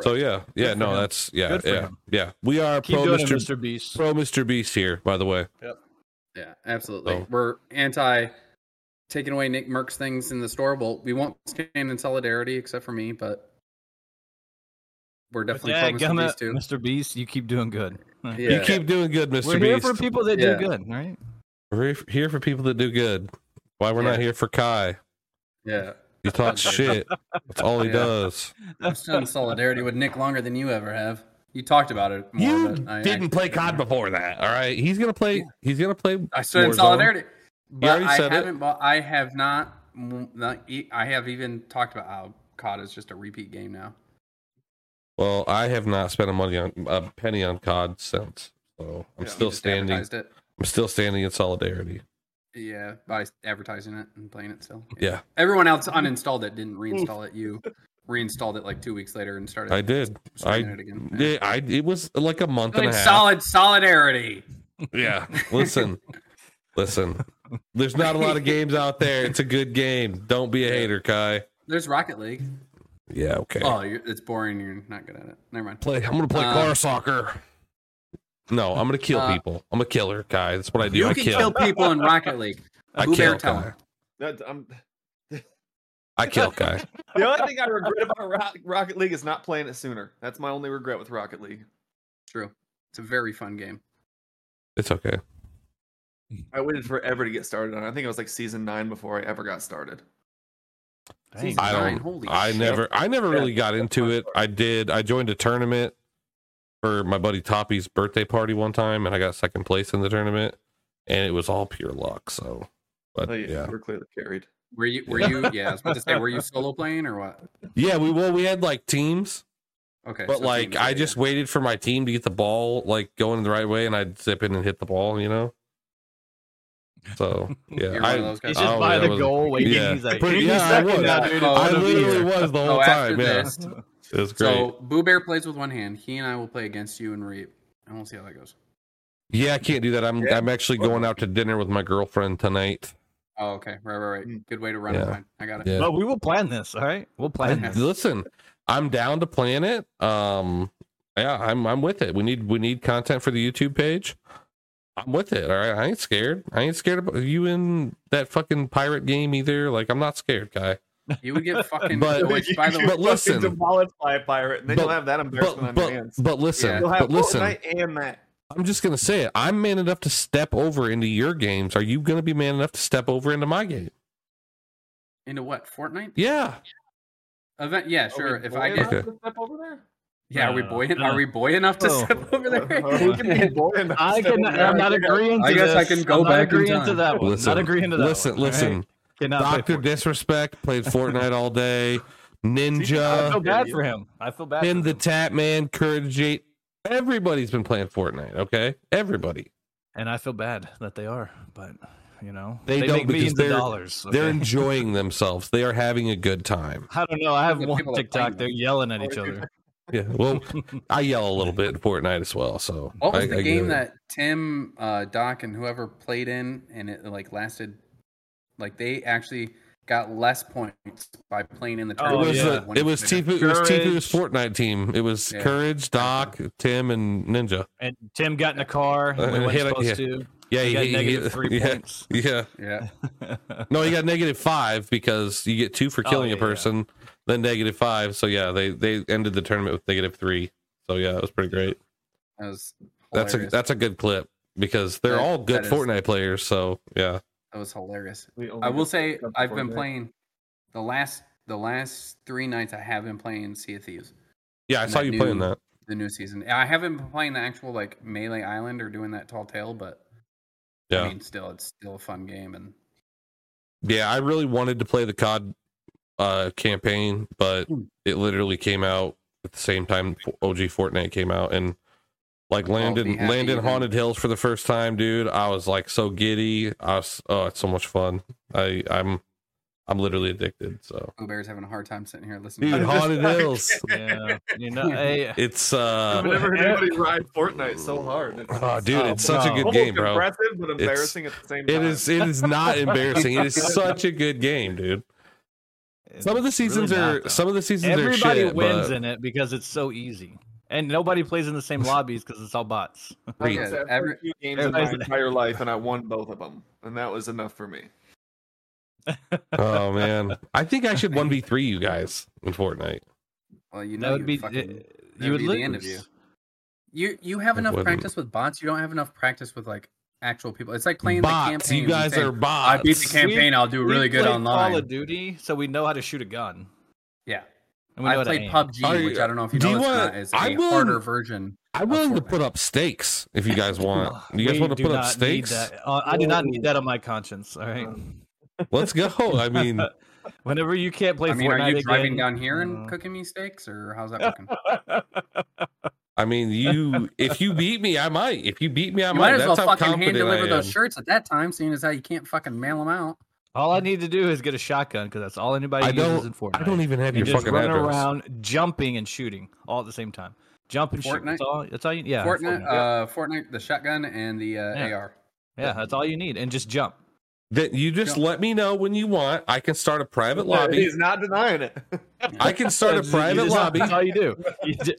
[SPEAKER 2] So yeah, yeah,
[SPEAKER 3] Good for
[SPEAKER 2] no,
[SPEAKER 3] him.
[SPEAKER 2] that's yeah,
[SPEAKER 3] Good for
[SPEAKER 2] yeah,
[SPEAKER 3] him.
[SPEAKER 2] yeah. We are
[SPEAKER 3] Keep
[SPEAKER 2] pro
[SPEAKER 3] doing
[SPEAKER 2] Mr.
[SPEAKER 3] it, Mr. Beast.
[SPEAKER 2] pro Mr. Beast here, by the way.
[SPEAKER 1] Yeah, absolutely.
[SPEAKER 2] So-
[SPEAKER 1] We're anti taking away Nick Merck's things in the store. Well, we won't stand in solidarity except for me, but we're
[SPEAKER 3] But
[SPEAKER 1] definitely pro
[SPEAKER 3] yeah,
[SPEAKER 1] Mr.
[SPEAKER 3] Gumma-
[SPEAKER 1] Beast
[SPEAKER 3] *laughs*
[SPEAKER 1] too.
[SPEAKER 3] Mr. Beast, you keep doing good.
[SPEAKER 1] Yeah.
[SPEAKER 2] You keep doing good, mister
[SPEAKER 3] We're here
[SPEAKER 2] Beast.
[SPEAKER 3] for people that
[SPEAKER 1] Yeah.
[SPEAKER 3] do good, right?
[SPEAKER 2] We're here for people that do good. Why we're not
[SPEAKER 1] Yeah.
[SPEAKER 2] here for Kai?
[SPEAKER 1] Yeah.
[SPEAKER 2] He talks shit. That's all he
[SPEAKER 1] Yeah.
[SPEAKER 2] does.
[SPEAKER 1] I've stood in solidarity with Nick longer than you ever have. You talked about it more. but I, I,
[SPEAKER 2] play COD before that, all right? He's gonna play. He's gonna play.
[SPEAKER 1] I stood in
[SPEAKER 2] Warzone.
[SPEAKER 1] solidarity. But
[SPEAKER 2] already
[SPEAKER 1] I
[SPEAKER 2] said it.
[SPEAKER 1] haven't. Bought, I have not, not. e- I have even talked about how COD is just a repeat game now.
[SPEAKER 2] Well, I have not spent a money on a penny on COD since, so I'm
[SPEAKER 4] Yeah,
[SPEAKER 1] You
[SPEAKER 2] still
[SPEAKER 1] just
[SPEAKER 2] standing.
[SPEAKER 1] advertised It.
[SPEAKER 2] I'm still standing in solidarity.
[SPEAKER 1] Yeah, by advertising it and playing it still.
[SPEAKER 2] Yeah,
[SPEAKER 1] Everyone else uninstalled it, didn't reinstall it. You reinstalled it like two weeks later and started.
[SPEAKER 2] I did. I
[SPEAKER 1] streaming it again.
[SPEAKER 2] yeah, I it was like a month and a
[SPEAKER 1] Good
[SPEAKER 2] half.
[SPEAKER 1] solid solidarity.
[SPEAKER 2] *laughs* Yeah, listen, listen. There's not a lot of games out there. It's a good game. Don't be a hater, Kai.
[SPEAKER 1] There's Rocket League.
[SPEAKER 2] Yeah, okay.
[SPEAKER 1] Oh, you're, it's boring. You're not good at it. Never mind.
[SPEAKER 2] play. I'm gonna play
[SPEAKER 1] Uh,
[SPEAKER 2] car soccer. No, I'm gonna kill
[SPEAKER 1] Uh,
[SPEAKER 2] people. I'm a killer, Kai. That's what I do.
[SPEAKER 1] You
[SPEAKER 2] I
[SPEAKER 1] can
[SPEAKER 2] kill.
[SPEAKER 1] kill people in Rocket League.
[SPEAKER 2] *laughs* I
[SPEAKER 1] Who
[SPEAKER 2] kill.
[SPEAKER 1] bear tell
[SPEAKER 2] Kai.
[SPEAKER 4] That, I'm,
[SPEAKER 2] I kill, Kai.
[SPEAKER 4] the only thing I regret about Rock, Rocket League is not playing it sooner. That's my only regret with Rocket League.
[SPEAKER 1] True. It's a very fun game.
[SPEAKER 2] It's okay.
[SPEAKER 4] I waited forever to get started on. it. I think it was like season nine before I ever got started.
[SPEAKER 3] Dang.
[SPEAKER 2] I
[SPEAKER 1] Nine,
[SPEAKER 2] don't.
[SPEAKER 1] holy
[SPEAKER 2] I
[SPEAKER 1] shit.
[SPEAKER 2] never. I never really got into it. I did. I joined a tournament for my buddy Toppy's birthday party one time, and I got second place in the tournament, and it was all pure luck. So, but
[SPEAKER 4] Oh, yeah,
[SPEAKER 2] yeah,
[SPEAKER 4] we're clearly *laughs* carried.
[SPEAKER 1] Were you? Were you? Yeah, I was about to say, were
[SPEAKER 4] *laughs*
[SPEAKER 1] you solo playing or what?
[SPEAKER 2] yeah. We well, we had like teams.
[SPEAKER 1] Okay.
[SPEAKER 2] But
[SPEAKER 1] so
[SPEAKER 2] like,
[SPEAKER 1] teams,
[SPEAKER 2] I
[SPEAKER 1] yeah,
[SPEAKER 2] just waited for my team to get the ball like going the right way, and I'd zip in and hit the ball. You know.
[SPEAKER 1] *laughs*
[SPEAKER 2] So
[SPEAKER 1] yeah.
[SPEAKER 2] yeah,
[SPEAKER 1] You're one of
[SPEAKER 2] I,
[SPEAKER 1] those guys.
[SPEAKER 3] He's just
[SPEAKER 2] Oh,
[SPEAKER 3] by
[SPEAKER 2] yeah,
[SPEAKER 3] the
[SPEAKER 2] was-
[SPEAKER 3] goal waiting.
[SPEAKER 2] yeah.
[SPEAKER 3] He's like,
[SPEAKER 2] Pretty-
[SPEAKER 3] "Give me
[SPEAKER 2] yeah,
[SPEAKER 3] a
[SPEAKER 2] I
[SPEAKER 3] second
[SPEAKER 2] was.
[SPEAKER 3] now, dude.
[SPEAKER 1] Oh,
[SPEAKER 3] It's
[SPEAKER 2] I
[SPEAKER 1] out
[SPEAKER 3] gonna be
[SPEAKER 2] literally
[SPEAKER 3] here."
[SPEAKER 2] was the
[SPEAKER 1] So
[SPEAKER 2] whole
[SPEAKER 1] Oh, after
[SPEAKER 2] time. Yeah, *laughs*
[SPEAKER 1] this,
[SPEAKER 2] it was great.
[SPEAKER 1] so Boo Bear plays with one hand. He and I will play against you and Reap, and we'll see how that goes.
[SPEAKER 2] yeah, I can't do that. I'm
[SPEAKER 4] Yeah.
[SPEAKER 2] I'm actually going out to dinner with my girlfriend tonight.
[SPEAKER 1] Oh, okay. Right, right, right.
[SPEAKER 4] Mm.
[SPEAKER 1] Good way to run
[SPEAKER 2] Yeah.
[SPEAKER 1] it. Fine. I got it.
[SPEAKER 2] Yeah.
[SPEAKER 3] But we will plan this, all right? We'll plan
[SPEAKER 2] I-
[SPEAKER 3] this.
[SPEAKER 2] listen, I'm down to plan it. Um, yeah, I'm I'm with it. We need we need content for the YouTube page. I'm with it. All right, I ain't scared. I ain't scared about you in that fucking pirate game either. Like I'm not scared, guy.
[SPEAKER 1] You would get fucking.
[SPEAKER 2] *laughs* But-
[SPEAKER 4] *laughs*
[SPEAKER 1] which, by the
[SPEAKER 4] You
[SPEAKER 1] way,
[SPEAKER 2] but
[SPEAKER 4] fucking
[SPEAKER 2] listen.
[SPEAKER 4] demolished by a pirate, and then
[SPEAKER 2] But-
[SPEAKER 4] you'll have that embarrassment
[SPEAKER 2] But
[SPEAKER 4] on your
[SPEAKER 2] but,
[SPEAKER 4] hands.
[SPEAKER 2] but listen,
[SPEAKER 1] Yeah.
[SPEAKER 4] You'll have
[SPEAKER 2] but listen.
[SPEAKER 4] Fortnite and that.
[SPEAKER 2] I'm just gonna say it. I'm man enough to step over into your games. Are you gonna be man enough to step over into my game?
[SPEAKER 1] into what Fortnite
[SPEAKER 2] Yeah.
[SPEAKER 1] event? Yeah, sure. If I get,
[SPEAKER 2] Okay.
[SPEAKER 4] step over there,
[SPEAKER 1] yeah, are we
[SPEAKER 3] Uh,
[SPEAKER 1] boy? Are we boy enough to
[SPEAKER 3] oh.
[SPEAKER 1] step
[SPEAKER 4] *laughs*
[SPEAKER 1] over
[SPEAKER 4] Who can be
[SPEAKER 1] there?
[SPEAKER 4] boy enough to
[SPEAKER 3] I
[SPEAKER 4] step
[SPEAKER 3] can.
[SPEAKER 4] over there?
[SPEAKER 3] I'm not agreeing. To
[SPEAKER 1] I guess I
[SPEAKER 3] this.
[SPEAKER 1] can go
[SPEAKER 3] I'm not
[SPEAKER 1] back in
[SPEAKER 3] agreeing to
[SPEAKER 1] time.
[SPEAKER 3] that one.
[SPEAKER 2] Listen,
[SPEAKER 3] not agreeing to that.
[SPEAKER 2] Listen,
[SPEAKER 3] one, all
[SPEAKER 2] listen.
[SPEAKER 3] right? Cannot play
[SPEAKER 2] Doctor
[SPEAKER 3] Fortnite.
[SPEAKER 2] Disrespect played Fortnite all day.
[SPEAKER 3] I
[SPEAKER 2] Ninja,
[SPEAKER 3] feel bad for him. I feel bad.
[SPEAKER 2] Pin
[SPEAKER 3] for
[SPEAKER 2] the
[SPEAKER 3] him.
[SPEAKER 2] Tap Man, Courage Eight. Everybody's been playing Fortnite. Okay, everybody.
[SPEAKER 3] and I feel bad that they are, but you know
[SPEAKER 2] They don't
[SPEAKER 3] make
[SPEAKER 2] because
[SPEAKER 3] millions
[SPEAKER 2] they're-
[SPEAKER 3] of dollars.
[SPEAKER 2] They're
[SPEAKER 3] okay? *laughs*
[SPEAKER 2] enjoying themselves. They are having a good time.
[SPEAKER 3] I don't know. I have
[SPEAKER 1] The
[SPEAKER 3] one
[SPEAKER 1] people that play
[SPEAKER 3] TikTok.
[SPEAKER 1] them.
[SPEAKER 3] They're yelling at each
[SPEAKER 4] Oh,
[SPEAKER 3] other.
[SPEAKER 2] Yeah.
[SPEAKER 3] *laughs*
[SPEAKER 2] Well, I yell a little bit in Fortnite as well. So
[SPEAKER 1] What was
[SPEAKER 2] I-
[SPEAKER 1] the
[SPEAKER 2] I get
[SPEAKER 1] game
[SPEAKER 2] it.
[SPEAKER 1] that Tim, uh, Doc, and whoever played in, and it like lasted, like they actually got less points by playing in the
[SPEAKER 3] Oh,
[SPEAKER 2] It
[SPEAKER 1] tournament.
[SPEAKER 2] was
[SPEAKER 3] yeah.
[SPEAKER 2] uh, it was
[SPEAKER 1] Thank
[SPEAKER 2] Tifu it was Tifu's
[SPEAKER 3] Courage.
[SPEAKER 2] Fortnite team. It was
[SPEAKER 1] Yeah.
[SPEAKER 2] Courage, Doc, Tim, and Ninja.
[SPEAKER 3] And Tim got in a car.
[SPEAKER 2] Uh,
[SPEAKER 3] we weren't
[SPEAKER 2] hit it,
[SPEAKER 3] supposed
[SPEAKER 2] yeah.
[SPEAKER 3] to.
[SPEAKER 2] Yeah,
[SPEAKER 3] He
[SPEAKER 2] he,
[SPEAKER 3] got
[SPEAKER 2] he-
[SPEAKER 3] negative
[SPEAKER 2] he-
[SPEAKER 3] three
[SPEAKER 2] *laughs* yeah,
[SPEAKER 3] points.
[SPEAKER 2] Yeah,
[SPEAKER 1] Yeah,
[SPEAKER 2] no, he got negative five because you get two for
[SPEAKER 3] Oh,
[SPEAKER 2] killing
[SPEAKER 3] yeah,
[SPEAKER 2] a
[SPEAKER 3] yeah.
[SPEAKER 2] person, then negative five. So yeah, they they ended the tournament with negative three. So yeah, it was pretty great.
[SPEAKER 1] that was
[SPEAKER 2] That's a
[SPEAKER 1] hilarious.
[SPEAKER 2] that's a good clip because they're
[SPEAKER 1] That-
[SPEAKER 2] all good
[SPEAKER 1] that is-
[SPEAKER 2] Fortnite players. So yeah,
[SPEAKER 1] that was hilarious.
[SPEAKER 4] We only
[SPEAKER 1] I will
[SPEAKER 4] got
[SPEAKER 1] say
[SPEAKER 4] stuff
[SPEAKER 1] I've
[SPEAKER 4] for
[SPEAKER 1] been
[SPEAKER 4] there.
[SPEAKER 1] playing the last the last three nights. I have been playing Sea of Thieves,
[SPEAKER 2] yeah, I
[SPEAKER 1] And
[SPEAKER 2] saw
[SPEAKER 1] that
[SPEAKER 2] you
[SPEAKER 1] new-
[SPEAKER 2] playing that.
[SPEAKER 1] the new season. I haven't been playing the actual like Melee Island or doing that Tall Tale, but
[SPEAKER 2] Yeah,
[SPEAKER 1] I mean, still, it's still a fun game. And
[SPEAKER 2] yeah, I really wanted to play the COD uh, campaign, but
[SPEAKER 1] Hmm.
[SPEAKER 2] it literally came out at the same time OG Fortnite came out, and like landed
[SPEAKER 1] be happy
[SPEAKER 2] landed in
[SPEAKER 1] then.
[SPEAKER 2] Haunted Hills for the first time, dude. I was like so giddy. I was oh, it's so much fun. I I'm I'm literally addicted. So
[SPEAKER 1] Blue Bear's having a hard time sitting here listening.
[SPEAKER 2] dude,
[SPEAKER 1] to
[SPEAKER 4] Haunt-
[SPEAKER 1] us.
[SPEAKER 2] Haunted Hills.
[SPEAKER 3] Yeah,
[SPEAKER 2] *laughs*
[SPEAKER 3] you know, hey,
[SPEAKER 2] It's
[SPEAKER 4] I've
[SPEAKER 2] uh, *laughs*
[SPEAKER 4] never heard anybody ride Fortnite so hard. It's
[SPEAKER 2] oh, dude,
[SPEAKER 3] Oh,
[SPEAKER 2] it's such a
[SPEAKER 3] no.
[SPEAKER 2] good
[SPEAKER 4] almost
[SPEAKER 2] game, bro.
[SPEAKER 4] impressive, but embarrassing at the same time.
[SPEAKER 2] It is. It is not embarrassing. It is such a good game, dude.
[SPEAKER 3] It's
[SPEAKER 2] Some of the
[SPEAKER 3] really
[SPEAKER 2] seasons
[SPEAKER 3] not,
[SPEAKER 2] are
[SPEAKER 3] though.
[SPEAKER 2] some of the seasons
[SPEAKER 3] everybody
[SPEAKER 2] are shit,
[SPEAKER 3] wins
[SPEAKER 2] but
[SPEAKER 3] in it because it's so easy, and nobody plays in
[SPEAKER 2] *laughs*
[SPEAKER 3] the same lobbies because it's all bots.
[SPEAKER 2] Reed. *laughs*
[SPEAKER 1] Yeah,
[SPEAKER 4] I've
[SPEAKER 1] every-
[SPEAKER 4] every few games in my
[SPEAKER 3] everybody's-
[SPEAKER 4] entire life, and I won both of them, and that was enough for me.
[SPEAKER 2] oh man, I think I should one v three you guys in Fortnite.
[SPEAKER 1] Well, you
[SPEAKER 3] that
[SPEAKER 1] know
[SPEAKER 3] would
[SPEAKER 1] you'd
[SPEAKER 3] be eh,
[SPEAKER 1] fucking,
[SPEAKER 3] you would
[SPEAKER 1] be
[SPEAKER 3] lose.
[SPEAKER 1] the end of you. you you have
[SPEAKER 2] I
[SPEAKER 1] enough
[SPEAKER 2] wouldn't.
[SPEAKER 1] practice with bots. You don't have enough practice with like actual people. It's like playing the
[SPEAKER 2] bots,
[SPEAKER 1] campaign.
[SPEAKER 2] you
[SPEAKER 1] and
[SPEAKER 2] guys
[SPEAKER 1] saying,
[SPEAKER 2] are bots.
[SPEAKER 1] I beat the campaign. I'll do
[SPEAKER 3] We
[SPEAKER 1] really good
[SPEAKER 3] played
[SPEAKER 1] online.
[SPEAKER 3] Call of Duty, so we know how to shoot a gun.
[SPEAKER 1] yeah,
[SPEAKER 3] And we know
[SPEAKER 1] I
[SPEAKER 3] how to
[SPEAKER 1] played
[SPEAKER 3] aim.
[SPEAKER 1] PUBG,
[SPEAKER 2] Are
[SPEAKER 1] which
[SPEAKER 2] you-
[SPEAKER 1] I don't know if you
[SPEAKER 2] do
[SPEAKER 1] know
[SPEAKER 2] you
[SPEAKER 1] it's
[SPEAKER 2] wanna-
[SPEAKER 1] not, is a
[SPEAKER 2] I'm
[SPEAKER 1] harder
[SPEAKER 2] willing-
[SPEAKER 1] version.
[SPEAKER 2] I'm willing to put up stakes if you
[SPEAKER 1] *laughs*
[SPEAKER 2] guys want.
[SPEAKER 3] Ugh,
[SPEAKER 2] Uh, You guys
[SPEAKER 3] we
[SPEAKER 2] want to
[SPEAKER 3] do
[SPEAKER 2] put
[SPEAKER 3] not
[SPEAKER 2] up
[SPEAKER 3] need
[SPEAKER 2] stakes?
[SPEAKER 3] that. Uh, I do not need that on my conscience. All right.
[SPEAKER 2] Let's
[SPEAKER 3] *laughs*
[SPEAKER 2] go. I mean,
[SPEAKER 3] Whenever you can't play
[SPEAKER 1] I mean,
[SPEAKER 3] Fortnite
[SPEAKER 1] are you
[SPEAKER 3] again,
[SPEAKER 1] driving down here and
[SPEAKER 3] uh,
[SPEAKER 1] cooking me steaks, or
[SPEAKER 2] *laughs*
[SPEAKER 1] how's that working? you
[SPEAKER 2] I mean, you. If you beat me, I might. If you beat me, I might.
[SPEAKER 1] might as well
[SPEAKER 2] That's how
[SPEAKER 1] fucking hand
[SPEAKER 2] confident I
[SPEAKER 1] deliver
[SPEAKER 2] am.
[SPEAKER 1] those shirts at that time, seeing as how you can't fucking mail them out.
[SPEAKER 3] All I need to do is get a shotgun because that's all anybody
[SPEAKER 2] I
[SPEAKER 3] uses
[SPEAKER 2] don't-
[SPEAKER 3] in Fortnite.
[SPEAKER 2] I don't even have
[SPEAKER 3] and
[SPEAKER 2] your
[SPEAKER 3] just
[SPEAKER 2] fucking
[SPEAKER 3] run
[SPEAKER 2] address.
[SPEAKER 3] around jumping and shooting all at the same time. Jump and shoot.
[SPEAKER 1] Fortnite?
[SPEAKER 3] That's all. That's all you. Yeah.
[SPEAKER 1] Fortnite, uh, Fortnite, the shotgun and the uh,
[SPEAKER 3] Yeah.
[SPEAKER 1] AR.
[SPEAKER 3] yeah. That's all you need. And just jump.
[SPEAKER 2] That you just
[SPEAKER 1] Yeah.
[SPEAKER 2] let me know when you want. I can start a private lobby.
[SPEAKER 4] He's not denying it.
[SPEAKER 2] I can start a
[SPEAKER 3] That's- *laughs* you
[SPEAKER 2] private
[SPEAKER 3] just-
[SPEAKER 2] lobby.
[SPEAKER 3] That's all you do. *laughs* You ju-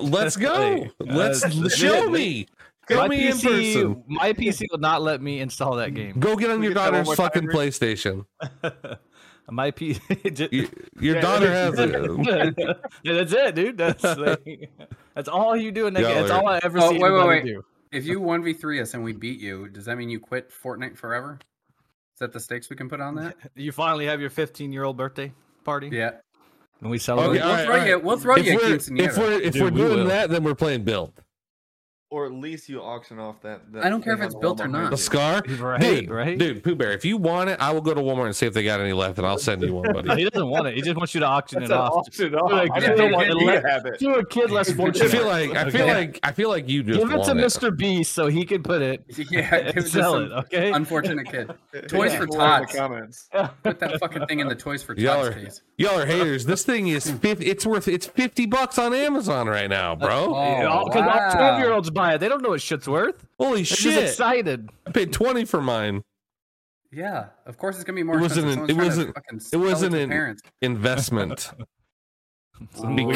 [SPEAKER 2] *laughs* Let's go.
[SPEAKER 3] *laughs* Hey, uh,
[SPEAKER 2] Let's
[SPEAKER 3] legit,
[SPEAKER 2] show
[SPEAKER 3] like,
[SPEAKER 2] me. Show
[SPEAKER 3] my
[SPEAKER 2] me in
[SPEAKER 3] PC,
[SPEAKER 2] person.
[SPEAKER 3] My PC will not let me install that game.
[SPEAKER 2] Go get on
[SPEAKER 4] Can we
[SPEAKER 2] your
[SPEAKER 4] get that one
[SPEAKER 2] daughter's
[SPEAKER 4] more
[SPEAKER 2] fucking
[SPEAKER 4] time,
[SPEAKER 2] PlayStation.
[SPEAKER 3] my *laughs* PC.
[SPEAKER 2] You- your
[SPEAKER 3] *laughs*
[SPEAKER 4] Yeah,
[SPEAKER 2] daughter
[SPEAKER 4] yeah.
[SPEAKER 2] has it.
[SPEAKER 3] Yeah, that's it, dude. That's like, *laughs* that's all you do in that
[SPEAKER 2] Y'all
[SPEAKER 3] game. That's
[SPEAKER 2] are-
[SPEAKER 3] all I ever
[SPEAKER 1] Oh,
[SPEAKER 3] see
[SPEAKER 1] wait, wait,
[SPEAKER 3] anybody
[SPEAKER 1] wait.
[SPEAKER 3] do.
[SPEAKER 1] If you one v three us and we beat you, does that mean you quit Fortnite forever? Is that the stakes we can put on
[SPEAKER 2] *laughs*
[SPEAKER 1] that?
[SPEAKER 3] You finally have your 15 year old birthday party,
[SPEAKER 1] Yeah,
[SPEAKER 3] and we celebrate.
[SPEAKER 2] Okay,
[SPEAKER 1] we'll,
[SPEAKER 2] all right,
[SPEAKER 1] throw
[SPEAKER 2] all right.
[SPEAKER 1] you, we'll throw you a
[SPEAKER 2] If we're
[SPEAKER 1] quinceanera.
[SPEAKER 2] if we're, if
[SPEAKER 3] Dude,
[SPEAKER 2] we're
[SPEAKER 3] we
[SPEAKER 2] doing
[SPEAKER 3] will.
[SPEAKER 2] that, then we're playing build.
[SPEAKER 4] *laughs* or at least you auction off that. that
[SPEAKER 1] I don't care if
[SPEAKER 4] thing on
[SPEAKER 1] it's
[SPEAKER 4] the
[SPEAKER 1] built
[SPEAKER 4] wall
[SPEAKER 1] or
[SPEAKER 4] behind
[SPEAKER 1] not.
[SPEAKER 2] The
[SPEAKER 4] you.
[SPEAKER 2] scar,
[SPEAKER 3] Right,
[SPEAKER 2] dude,
[SPEAKER 3] right.
[SPEAKER 2] dude, Pooh Bear. If you want it, I will go to Walmart and see if they got any left, and I'll send you one,
[SPEAKER 3] *laughs*
[SPEAKER 2] buddy.
[SPEAKER 3] He doesn't want it. He just wants you to auction
[SPEAKER 4] That's
[SPEAKER 3] it
[SPEAKER 4] an
[SPEAKER 3] off.
[SPEAKER 4] auction off.
[SPEAKER 3] Like,
[SPEAKER 4] I
[SPEAKER 1] yeah,
[SPEAKER 4] don't
[SPEAKER 1] you
[SPEAKER 4] want
[SPEAKER 3] can't
[SPEAKER 4] you
[SPEAKER 3] let-
[SPEAKER 4] to have
[SPEAKER 3] *laughs*
[SPEAKER 4] it.
[SPEAKER 3] To a kid less
[SPEAKER 2] I
[SPEAKER 3] fortunate.
[SPEAKER 2] feel like I feel
[SPEAKER 3] Okay.
[SPEAKER 2] like I feel like you just
[SPEAKER 3] Give it to
[SPEAKER 2] want
[SPEAKER 3] Mr. Beast so he can
[SPEAKER 1] *laughs*
[SPEAKER 3] put it
[SPEAKER 1] yeah, give it
[SPEAKER 3] and
[SPEAKER 1] to
[SPEAKER 3] sell
[SPEAKER 1] some
[SPEAKER 3] it. Okay. *laughs* Oh,
[SPEAKER 1] unfortunate kid. Toys
[SPEAKER 4] Yeah.
[SPEAKER 1] for
[SPEAKER 4] People in the
[SPEAKER 1] tots.
[SPEAKER 4] comments.
[SPEAKER 1] Put that fucking thing in the Toys for
[SPEAKER 2] *laughs* Y'all
[SPEAKER 1] Tots
[SPEAKER 2] are-
[SPEAKER 1] case.
[SPEAKER 2] Y'all are haters. This thing is 50, it's worth it's fifty bucks on Amazon right now, bro.
[SPEAKER 1] Oh,
[SPEAKER 3] Because
[SPEAKER 1] wow.
[SPEAKER 3] all 12 year olds buy it. They don't know what shit's worth.
[SPEAKER 2] Holy
[SPEAKER 3] They're
[SPEAKER 2] shit!
[SPEAKER 3] just excited.
[SPEAKER 2] I paid twenty for mine.
[SPEAKER 1] Yeah, of course it's gonna be more.
[SPEAKER 2] It wasn't
[SPEAKER 1] expensive.
[SPEAKER 2] an-
[SPEAKER 1] Someone's
[SPEAKER 2] it wasn't-
[SPEAKER 1] trying to
[SPEAKER 2] it
[SPEAKER 1] fucking sell
[SPEAKER 2] wasn't
[SPEAKER 1] to
[SPEAKER 2] an-
[SPEAKER 1] parents.
[SPEAKER 3] *laughs*
[SPEAKER 2] Investment.
[SPEAKER 3] Some
[SPEAKER 2] Because-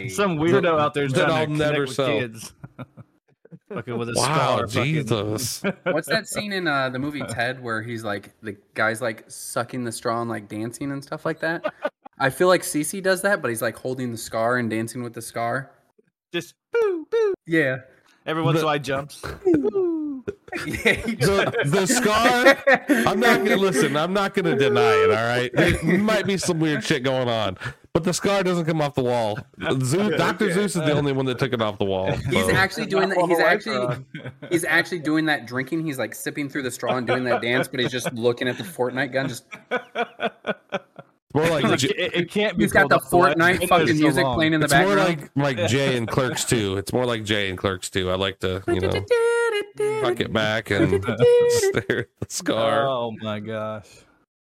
[SPEAKER 1] *laughs*
[SPEAKER 3] weirdo, some weirdo out there is
[SPEAKER 2] That
[SPEAKER 3] trying
[SPEAKER 2] I'll
[SPEAKER 3] to
[SPEAKER 2] never
[SPEAKER 3] never with
[SPEAKER 2] sell.
[SPEAKER 3] kids. *laughs* fucking with a
[SPEAKER 2] wow,
[SPEAKER 3] scar, fucking- *laughs*
[SPEAKER 2] Jesus.
[SPEAKER 1] What's that scene in uh, the
[SPEAKER 2] *laughs*
[SPEAKER 1] movie Ted where he's like the guy's like sucking the straw and like dancing and stuff like that? I feel like Cece does that, but he's like holding the scar and dancing with the scar.
[SPEAKER 3] Just boo boo.
[SPEAKER 1] Yeah, *laughs*
[SPEAKER 3] Every once in
[SPEAKER 2] The-
[SPEAKER 3] a while, he jumps. *laughs* Boo.
[SPEAKER 1] yeah.
[SPEAKER 2] the, the scar.
[SPEAKER 3] *laughs*
[SPEAKER 2] *laughs* I'm not gonna listen. I'm not gonna deny it. All right, there might be some weird shit going on, but the scar doesn't come off the wall. Zeus, Doctor Zeus is the only one that took it off the wall.
[SPEAKER 1] He's
[SPEAKER 2] so-
[SPEAKER 1] actually doing that.
[SPEAKER 4] Not
[SPEAKER 1] He's
[SPEAKER 4] one away
[SPEAKER 1] actually
[SPEAKER 4] from-
[SPEAKER 1] he's
[SPEAKER 2] *laughs*
[SPEAKER 1] actually doing that drinking. He's like sipping through the straw and doing that dance, but he's just looking at the Fortnite gun. Just
[SPEAKER 2] more like
[SPEAKER 3] Like,
[SPEAKER 2] J-
[SPEAKER 3] it, it can't be.
[SPEAKER 1] he's got
[SPEAKER 3] pulled
[SPEAKER 1] the
[SPEAKER 3] off wall. It's
[SPEAKER 1] Fortnite
[SPEAKER 3] been
[SPEAKER 1] fucking
[SPEAKER 3] so
[SPEAKER 1] music
[SPEAKER 3] long.
[SPEAKER 1] playing in the
[SPEAKER 2] it's more
[SPEAKER 1] background.
[SPEAKER 2] like like Jay and Clerks too. It's more like Jay and Clerks too. I like to you know fuck it back and *laughs* stare at the scar. All
[SPEAKER 3] Oh my gosh.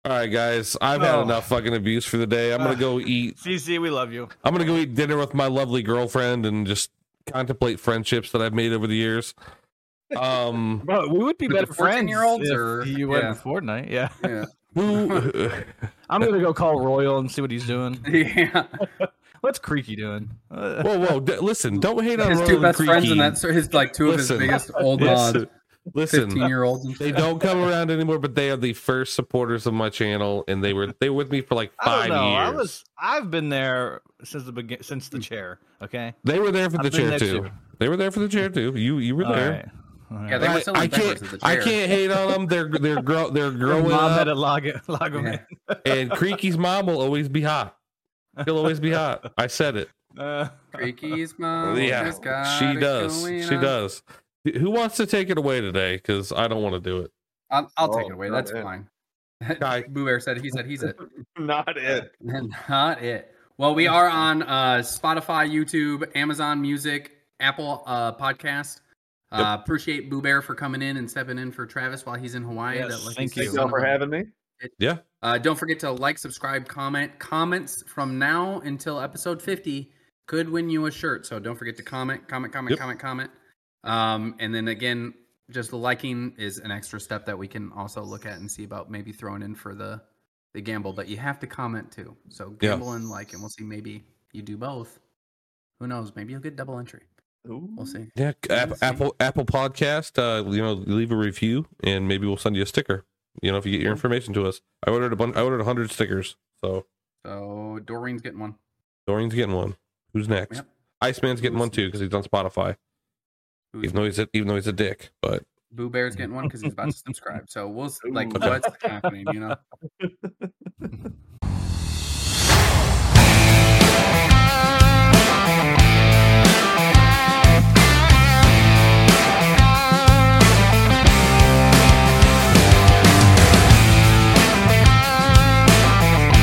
[SPEAKER 2] right, guys, I've had
[SPEAKER 3] Oh.
[SPEAKER 2] enough fucking abuse for the day. I'm gonna go eat.
[SPEAKER 3] CC, we love you.
[SPEAKER 2] I'm gonna go eat dinner with my lovely girlfriend and just contemplate friendships that I've made over the years. Um.
[SPEAKER 3] Bro, we would be
[SPEAKER 1] With the
[SPEAKER 3] better friends
[SPEAKER 1] 14-year-olds
[SPEAKER 3] if
[SPEAKER 1] or-
[SPEAKER 3] you went
[SPEAKER 1] yeah.
[SPEAKER 3] with Fortnite. Yeah,
[SPEAKER 1] yeah. *laughs*
[SPEAKER 2] Who,
[SPEAKER 3] *laughs*
[SPEAKER 2] *laughs*
[SPEAKER 3] I'm gonna go call Royal and see what he's doing.
[SPEAKER 1] yeah.
[SPEAKER 3] What's Creaky doing? Uh,
[SPEAKER 2] whoa, whoa! D- listen, don't hate on
[SPEAKER 1] His
[SPEAKER 2] Roland
[SPEAKER 1] two best friends
[SPEAKER 2] Creaky.
[SPEAKER 1] in that. so His like two of
[SPEAKER 2] Listen.
[SPEAKER 1] his biggest old
[SPEAKER 2] Listen,
[SPEAKER 1] mods,
[SPEAKER 2] listen,
[SPEAKER 1] fifteen year olds.
[SPEAKER 2] they don't come around anymore, but they are the first supporters of my channel, and they were they were with me for like
[SPEAKER 3] I
[SPEAKER 2] five
[SPEAKER 3] don't know.
[SPEAKER 2] years.
[SPEAKER 3] I was. I've been there since the begin since the chair. Okay.
[SPEAKER 2] They were there for the
[SPEAKER 3] I've been
[SPEAKER 2] chair
[SPEAKER 3] there
[SPEAKER 2] too.
[SPEAKER 3] too.
[SPEAKER 2] They were there for the chair too. You you were
[SPEAKER 3] All
[SPEAKER 2] there.
[SPEAKER 3] right. All right.
[SPEAKER 1] Yeah, they were
[SPEAKER 2] I,
[SPEAKER 1] still
[SPEAKER 2] I
[SPEAKER 1] members
[SPEAKER 2] can't
[SPEAKER 1] of the
[SPEAKER 2] I
[SPEAKER 1] chair.
[SPEAKER 2] can't hate on them. They're they're grow they're
[SPEAKER 3] Your
[SPEAKER 2] growing
[SPEAKER 3] mom had to
[SPEAKER 2] up,
[SPEAKER 3] log it- log 'em
[SPEAKER 1] Yeah.
[SPEAKER 2] and Creaky's mom will always be hot. She'll always be hot. I
[SPEAKER 1] *laughs*
[SPEAKER 2] said it.
[SPEAKER 3] in. Uh,
[SPEAKER 1] Creaky's mom.
[SPEAKER 2] yeah,
[SPEAKER 1] has got
[SPEAKER 2] she
[SPEAKER 1] it
[SPEAKER 2] does.
[SPEAKER 1] going
[SPEAKER 2] She
[SPEAKER 1] on.
[SPEAKER 2] does. Who wants to take it away today? Because I don't want to do it.
[SPEAKER 1] I'll, I'll take
[SPEAKER 4] Oh,
[SPEAKER 1] it away.
[SPEAKER 4] not
[SPEAKER 1] That's
[SPEAKER 4] it.
[SPEAKER 1] fine.
[SPEAKER 2] Guy.
[SPEAKER 1] Boo Bear said he said he's it.
[SPEAKER 4] Not it.
[SPEAKER 1] Not it. Well, we are on uh, Spotify, YouTube, Amazon Music, Apple uh, Podcast. Uh, appreciate Boo Bear for coming in and stepping in for Travis while he's in Hawaii.
[SPEAKER 3] Yes,
[SPEAKER 1] like he
[SPEAKER 3] thank
[SPEAKER 1] said,
[SPEAKER 4] Thank
[SPEAKER 1] is
[SPEAKER 3] you.
[SPEAKER 1] one
[SPEAKER 4] y'all
[SPEAKER 1] of
[SPEAKER 4] for
[SPEAKER 1] the-
[SPEAKER 4] having me.
[SPEAKER 2] Yeah.
[SPEAKER 1] Uh, don't forget to like, subscribe, comment. Comments from now until episode 50 could win you a shirt. So don't forget to comment, comment, comment,
[SPEAKER 2] Yep.
[SPEAKER 1] comment, comment. Um, and then again, just liking is an extra step that we can also look at and see about maybe throwing in for the the gamble that you have to comment to. So
[SPEAKER 2] Yeah.
[SPEAKER 1] gamble and like, and we'll see. Maybe you do both. Who knows? Maybe you'll get double entry. We'll see.
[SPEAKER 2] Yeah, app,
[SPEAKER 1] Let's see.
[SPEAKER 2] Apple Apple Podcast. Uh, you know, leave a review, and maybe we'll send you a sticker. You know, if you get your information to us. I ordered a bunch. I ordered hundred stickers. So
[SPEAKER 1] So Doreen's getting one.
[SPEAKER 2] Doreen's getting one. Who's next?
[SPEAKER 1] Yep.
[SPEAKER 2] Iceman's getting
[SPEAKER 1] Who's
[SPEAKER 2] one too because he's on Spotify.
[SPEAKER 1] Who's
[SPEAKER 2] Even though he's a, even though he's a dick, but
[SPEAKER 1] Boo Bear's getting one because he's
[SPEAKER 2] *laughs*
[SPEAKER 1] about to subscribe. So we'll s- like
[SPEAKER 4] Ooh.
[SPEAKER 1] what's happening, you know?